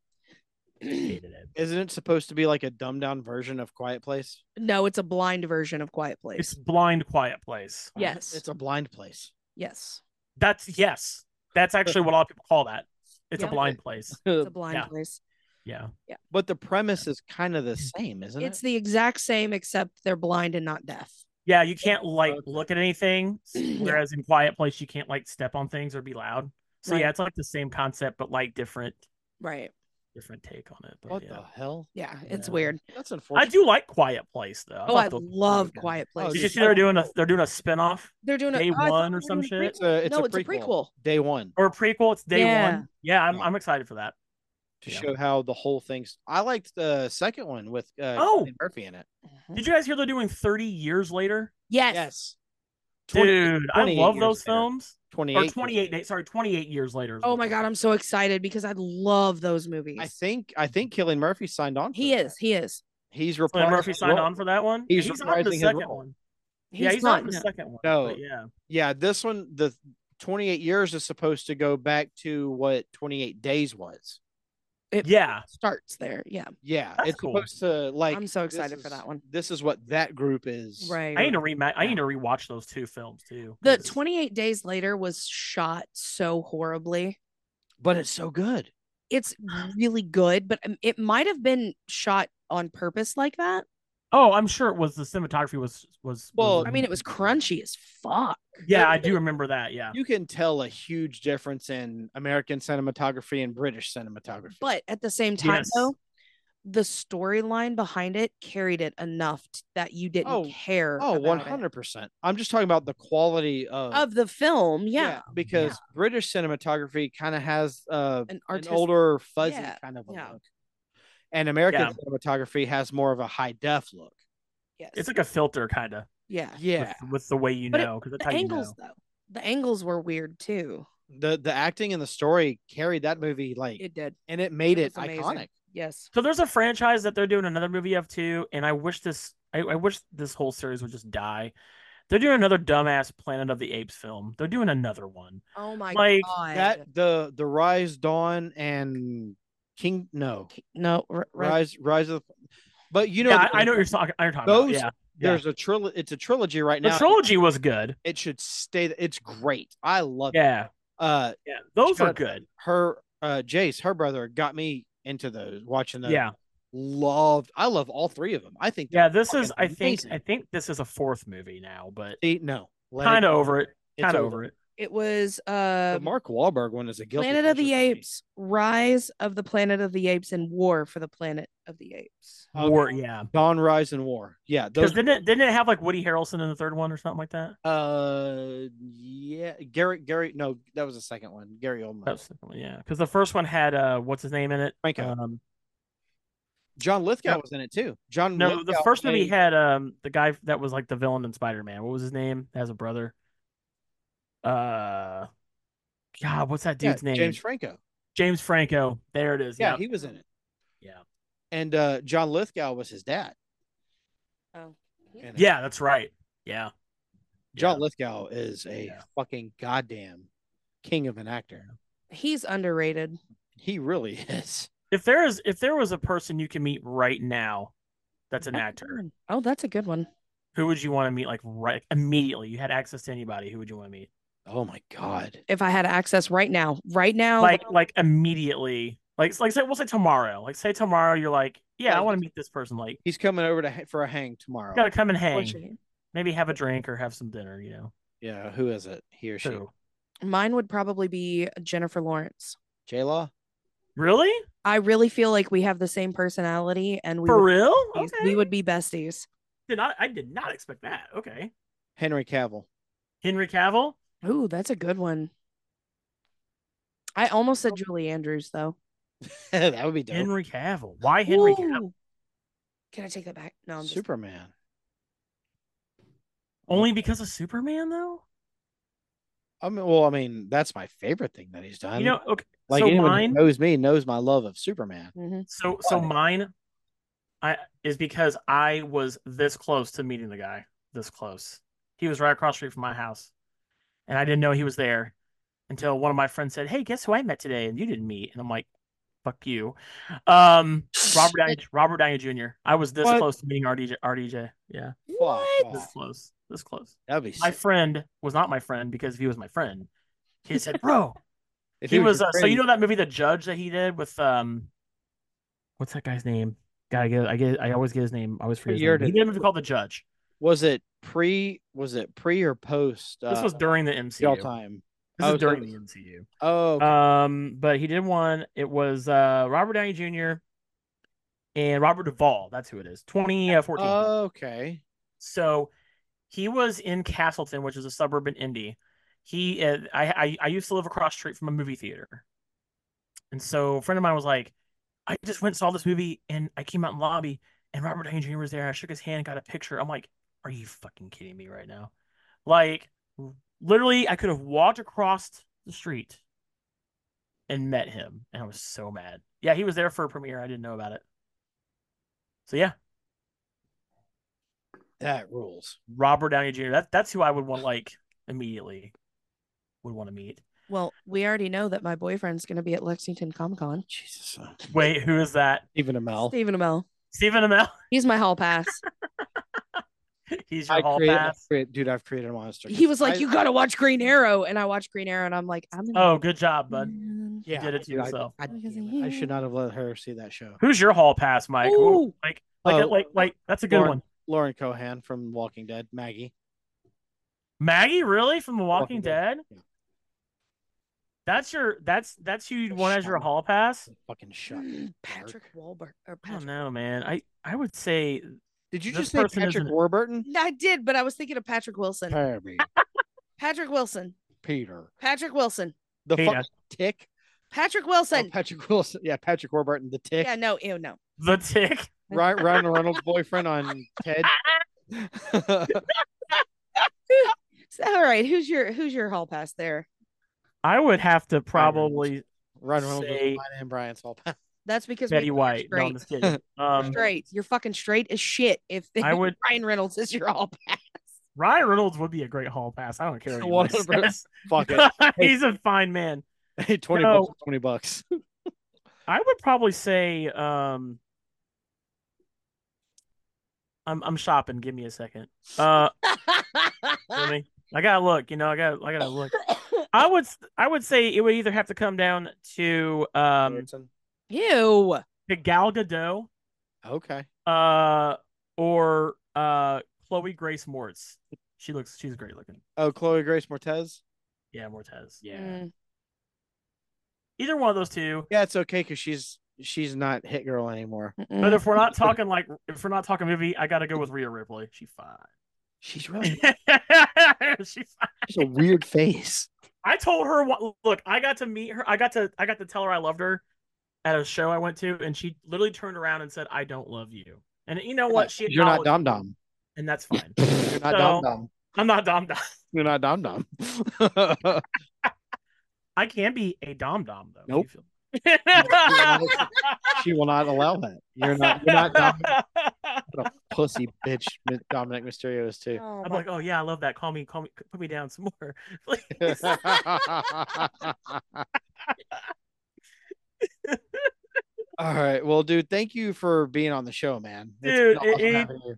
Hated it. Isn't it supposed to be like a dumbed down version of Quiet Place? No, it's a blind version of Quiet It's Place. Blind Quiet Place. Yes. It's a blind place. yes. That's yes. That's actually what a lot of people call that. It's Yeah. a blind place. It's a blind yeah. place. Yeah. But the premise is kind of the same, isn't It's it? the exact same except they're blind and not deaf. Yeah, you can't like Okay. look at anything. s- Yeah. Whereas in Quiet Place, you can't like step on things or be loud. So yeah, Right. it's like the same concept, but like different, Right. different take on it. But What yeah, the hell? Yeah. It's Yeah. weird. That's I unfortunate. do like Quiet Place though. Oh, I thought those- love good. Quiet Place. Oh, Did dude, you see they're doing a they're doing a spinoff They're doing a Day oh, I thought one they or were some doing a shit? It's a, it's no, a it's a prequel. prequel. Day one or a prequel? It's day Yeah. one. Yeah, I'm Yeah. I'm excited for that. to Yeah. show how the whole thing's. I liked the second one with uh, Oh! Cillian Murphy in it. Mhm. Did you guys hear they're doing 30 years later? Yes. Dude, I 28 love years those later. films. Twenty Or eight. 28 days, sorry, 28 years later. is Oh what my they- god, I'm so excited because I love those movies. I think I think Killian Murphy signed on. for he that. is. He is. He's Cillian reprising Murphy his signed role. on for that one. He's on reprising the his second role. one. yeah, he's not. on the no. second one. No. but yeah. Yeah, this one the twenty eight years is supposed to go back to what twenty eight days was. It Yeah. starts there. Yeah. Yeah, That's it's cool. supposed to like. I'm so this excited for that is- one. This is what that group is. Right. I need to rematch. I need to rewatch those two films too. The 'cause 28 days later was shot so horribly. but it's so good. It's really good, but um, it might have been shot on purpose like that. Oh, I'm sure it was the cinematography was was. was Well, I mean, it was crunchy as fuck. Yeah, I do remember that. Yeah, You can tell a huge difference in American cinematography and British cinematography. But at the same time Yes. though, the storyline behind it carried it enough t- that you didn't Oh, care. Oh, about it. 100%. I'm just talking about the quality of, of the film. Yeah, because British cinematography kind of has uh, an an artistic. older, fuzzy yeah, kind of a yeah. look. And American Yeah. cinematography has more of a high def look. yes. It's like a filter kind of yeah. Yeah. with, with the way you But it- know because that's The how angles you know. though. The angles were weird too. The the acting and the story carried that movie like It did. and it made it it, was amazing. iconic. Yes. So there's a franchise that they're doing another movie of too, and I wish this I, I wish this whole series would just die. They're doing another dumbass Planet of the Apes film. They're doing another one. Oh my Like, god. That the the Rise Dawn and King no no. r- r- Rise Rise of the but you know yeah, the- I, I know what you're talking. I know what you're talking Those about. yeah. there's a trilogy it's a trilogy right Yeah, now. the trilogy was good. it should stay it's great. I love it. Yeah, Uh yeah, those were Shut- good. her uh Jace, her brother, got me into those watching those. Yeah, Loved I love all three of them. I think yeah. This is I fucking think amazing. I think this is a fourth movie now, but they- no. let it kind of go. over it. It's Kind of over it. It was The uh Mark Wahlberg one is a guilty. Planet of pleasure the for me. Apes, Rise of the Planet of the Apes, and War for the Planet of the Apes. Okay. War, yeah. Dawn, Rise, and War. Yeah, Because those. didn't it, didn't it have like Woody Harrelson in the third one or something like that? Uh, yeah, Gary, Gary. No, that was the second one. Gary Oldman, That was the second one, yeah. Because the first one had uh, what's his name in it? Franco. Um, John Lithgow no. was in it too. John. no, the Lithgow first movie played- had um the guy that was like the villain in Spider Man. What was his name? Has a brother. Uh, God, what's that yeah, dude's name? James Franco. James Franco. There it is. Yeah, Yeah, he was in it. Yeah. and uh John Lithgow was his dad. Oh. in it. yeah, that's right. Yeah, John Yeah. Lithgow is a Yeah. fucking goddamn king of an actor. He's underrated. He really is. If there is, if there was a person you can meet right now, that's an actor. Oh, that's a good one. Who would you want to meet like right immediately? You had access to anybody. Who would you want to meet? Oh my god. If I had access right now, right now, like like immediately like s- like say we'll say tomorrow like say tomorrow you're like yeah i Like- want to meet this person like He's coming over to ha- for a hang you tomorrow. gotta come and hang Unfortunately. maybe have a drink or have some dinner you know Yeah, who is it? He or she? Who? mine would probably be Jennifer Lawrence. J Law. really I really feel like we have the same personality and we for would, real be besties. okay. we would be besties. did not i did not expect that okay Henry Cavill. henry cavill Ooh, that's a good one. I almost said Julie Andrews though. that would be dope. henry cavill why henry cavill Ooh. Can I take that back? No, I'm just Superman. only because of superman though I mean, well, I mean, that's my favorite thing that he's done. you know okay like so anyone mine who knows me knows my love of Superman. Mhm. so so mine i is because i was this close to meeting the guy this close he was right across the street from my house and i didn't know he was there until one of my friends said hey guess who i met today and you didn't meet and i'm like fuck you um robert downey, robert downey jr i was this What? close to meeting rdj rdj yeah Mm-hmm. Fuck this off. close this close That'd be my sick. friend was not my friend because if he was my friend he said bro If he was your uh, so you friend, know that movie the judge that he did with um what's that guy's name gotta get i get i always get his name i always forget his year name. he did- did a movie called the judge was it pre? Was it pre or post? this uh, was during the mcu y'all time. this Oh, is so during it the mcu Oh, okay. um but he did one it was uh robert downey jr and robert duvall that's who it is uh, 2014 Oh, okay. So he was in Castleton, which is a suburban Indy. He, uh, I, I, I used to live across the street from a movie theater, and so a friend of mine was like, "I just went and saw this movie, and I came out in the lobby, and Robert Downey Jr. was there. I shook his hand, got a picture. I'm like, are you fucking kidding me right now? Like, literally, I could have walked across the street and met him, and I was so mad. Yeah, he was there for a premiere. I didn't know about it. So yeah, That rules. Robert Downey Jr. That that's who I would want like immediately would want to meet. Well, we already know that my boyfriend's going to be at Lexington Comic Con. Jesus. uh, Wait, who is that? Even a Mel. Stephen Amell. Stephen Amell. He's my hall pass. He's your I hall create, pass. dude, I've created a monster. he was like, I- "You got to watch Green Arrow," and I watched Green Arrow, and I'm like, "I'm in Oh, good job, bud. Man. yeah, did it to dude, I- yourself. I, Because damn he- it, I should not have let her see that show. Who's your hall pass, Mike? Who- Ooh. Like, like, Oh, like, like, that's a good Lauren, one. Lauren Cohan from Walking Dead, Maggie. Maggie, really, from The Walking, Walking Dead. Dead? Yeah. That's your that's that's who you'd want as your Shut up. hall pass. Fucking shut. Mm, Patrick Wahlberg or I don't Patrick. know, man. I I would say Did you This just say person Patrick isn't- Warburton? I did, but I was thinking of Patrick Wilson. Pappy, Patrick Wilson. Peter. Patrick Wilson. The Peter. fucking tick. Patrick Oh, Wilson. Patrick Wilson. Yeah, Patrick Warburton, the tick. yeah, no, ew, no. the tick. Ryan, Ryan Reynolds' boyfriend on Ted. So, all right, who's your who's your hall pass there? I would have to Reynolds. probably Ryan Reynolds was Say- mine and Brian's all pass. That's because Betty we- White. No, Straight. I'm just kidding. Um, straight. You're fucking straight as shit. If I would- Ryan Reynolds is your all pass. Ryan Reynolds would be a great hall pass. I don't care. What anyone 100%. says. Fuck it. He's a fine man. Hey, 20 No. bucks, is 20 bucks. I would probably say um I'm I'm shopping. Give me a second. Uh Ah. let me- I gotta look, you know, I gotta I gotta look. I would s- I would say it would either have to come down to um Robertson. Ew. to Gal Gadot okay. uh or uh Chloe Grace Moritz. She looks she's great looking. Oh, Chloe Grace Mortez. Yeah, Mortez. Mm. Either one of those two. Yeah, it's okay because she's she's not hit girl anymore. But uh, if we're not talking like if we're not talking movie, I gotta go with Rhea Ripley. She fine. She's really she fine. she's a weird face. I told her what look, I got to meet her. I got to I got to tell her I loved her at a show I went to and she literally turned around and said I don't love you. And you know what? She You're not dom acknowledged- dom. and that's fine. You're not So- dom dom. I'm not dom dom. You're not dom dom. I can be a dom dom though. if you Nope. feel- she will not allow that. You're not you're not dom what a pussy bitch Mi- Dominic Mysterio is too. Oh, I'm my- like, oh yeah, I love that. Call me, call me, put me down some more. Please. All right. Well, dude, thank you for being on the show, man. It's been Dude, awesome it- it- having you.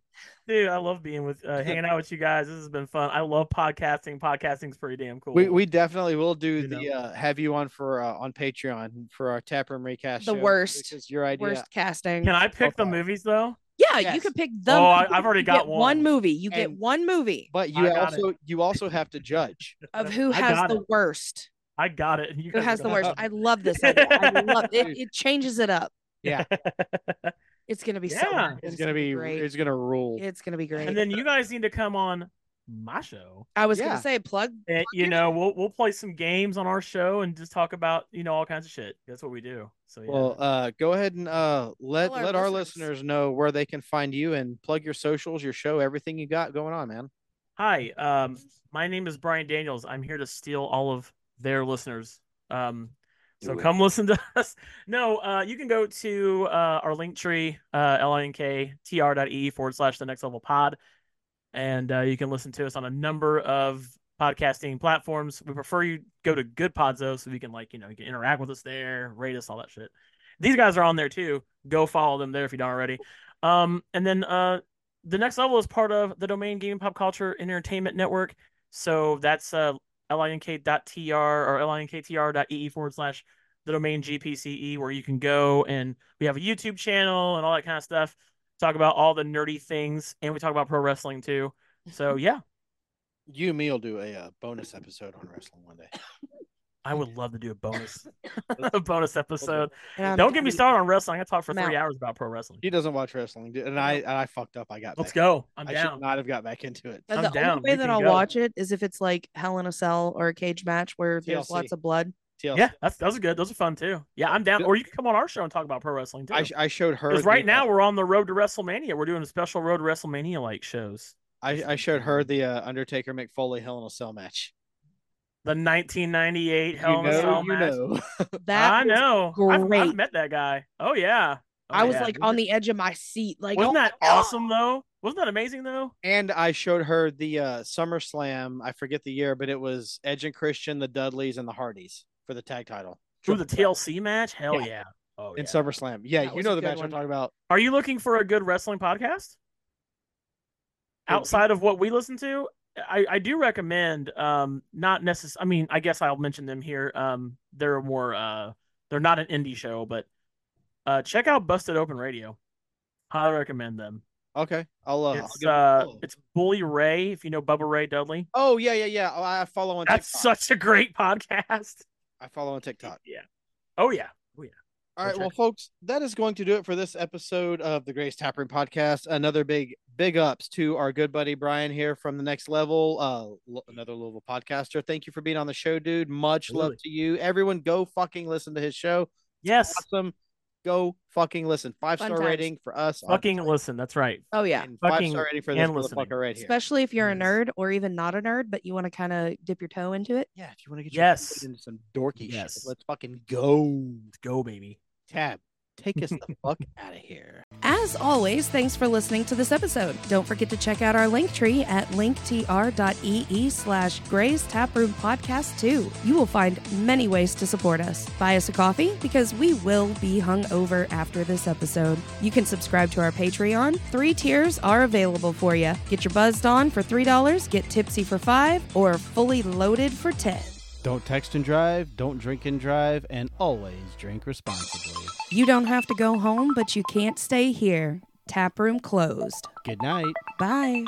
Dude, I love being with, uh, hanging out with you guys. This has been fun. I love podcasting. Podcasting's pretty damn cool. we we definitely will do You the know. uh, have you on for uh, on Patreon for our taproom recast. The show, worst. which is your idea. worst casting. Can I pick the Okay. movies though? yeah, you Yes. can pick the. Oh, I- movie. I've already You got get one. one. movie. You get And- one movie But you I got it. also you also have to judge. of who I has got the it. worst. I got it. You Who guys has are the gonna- worst? I love this. Idea. I love it. Dude. It changes it up. Yeah, It's gonna be so. Yeah. good. it's gonna be great. it's gonna rule. It's gonna be great. and then you guys need to come on my show. I was Yeah. gonna say plug. And, you your know, we'll we'll play some games on our show and just talk about you know all kinds of shit. That's what we do. So yeah. Well, uh, go ahead and uh, let Tell our let our listeners. listeners know where they can find you and plug your socials, your show, everything you got going on, man. Hi, um, my name is Brian Daniels. I'm here to steal all of their listeners. Um, so Do it. come listen to us. No, uh, you can go to uh, our link tree, uh, linktr.ee E forward slash the next level pod. And uh, you can listen to us on a number of podcasting platforms. We prefer you go to Good Pods, though, so you can, like, you know, you can interact with us there, rate us, all that shit. These guys are on there too. Go follow them there if you don't already. Um, and then uh, the next level is part of the Domain Gaming Pop Culture and Entertainment Network. So that's uh, link.tr or linktr.ee E forward slash the domain GPCE, E, where you can go and we have a YouTube channel and all that kind of stuff. Talk about all the nerdy things, and we talk about pro wrestling too. So yeah, You and me will do a uh, bonus episode on wrestling one day. I would love to do a bonus, a bonus episode. and I'm Don't get me done. started on wrestling. I talked for I'm three out. hours about pro wrestling. He doesn't watch wrestling, dude, and I and I fucked up. I got Let's back- go. I'm I down. should not have got back into it. Uh, I'm the down. only way We that can I'll go. watch it is if it's like Hell in a Cell or a cage match where there's TLC. lots of blood. TLC. Yeah, that's those are good. Those are fun too. Yeah, I'm down. Or you can come on our show and talk about pro wrestling too. I, sh- I showed her Because the, right now uh, we're on the road to WrestleMania. We're doing special road to WrestleMania like shows. I, I showed her the uh, Undertaker McFoley Hell in a Cell match. The 1998 You Hell in a know, Cell you match. know. That I was- know. I've, I've great. met that guy. Oh yeah. Oh, I was yeah. like on the edge of my seat. Like, Wasn't oh that my God. awesome though? Wasn't that amazing though? and I showed her the uh, SummerSlam. I forget the year, but it was Edge and Christian, the Dudleys, and the Hardys for the tag title. Ooh, the TLC match. Hell yeah. Oh yeah. in SummerSlam. Yeah, That you was know a the good match one. I'm talking about. Are you looking for a good wrestling podcast? Outside of what we listen to, I, I do recommend um not necess I mean, I guess I'll mention them here. Um they're more uh they're not an indie show, but uh check out Busted Open Radio. Highly recommend them. Okay, I'll. Uh, I'll It's give it a uh follow. it's Bully Ray, if you know Bubba Ray Dudley. oh yeah, yeah, yeah. Oh, I follow on. That's TikTok. such a great podcast. I follow on TikTok. Yeah. Oh yeah. All We'll right, well, check. folks, that is going to do it for this episode of the Grace Taproom Podcast. Another big, big ups to our good buddy Brian here from the next level, uh, Lo- another Louisville podcaster. Thank you for being on the show, dude. Much love Absolutely. to you. Everyone, go fucking listen to his show. Yes. Awesome. Go fucking listen. Five Fun star times. rating for us. Fucking obviously, listen. That's right. Oh yeah. and Five Fucking star rating for this and listening. motherfucker right here. Especially if you're a Yes. nerd or even not a nerd, but you want to kind of dip your toe into it. yeah, if you want to get Yes. your feet into some dorky shit, Yes. let's fucking go. Go, baby. Tab, take us the fuck out of here. As always, thanks for listening to this episode. Don't forget to check out our link tree at linktr.ee slash Gray's Taproom Podcast 2. You will find many ways to support us. Buy us a coffee because we will be hungover after this episode. You can subscribe to our Patreon. Three tiers are available for you. Get your buzzed on for $3, get tipsy for 5 or fully loaded for 10 Don't text and drive, don't drink and drive, and always drink responsibly. You don't have to go home, but you can't stay here. Taproom closed. Good night. Bye.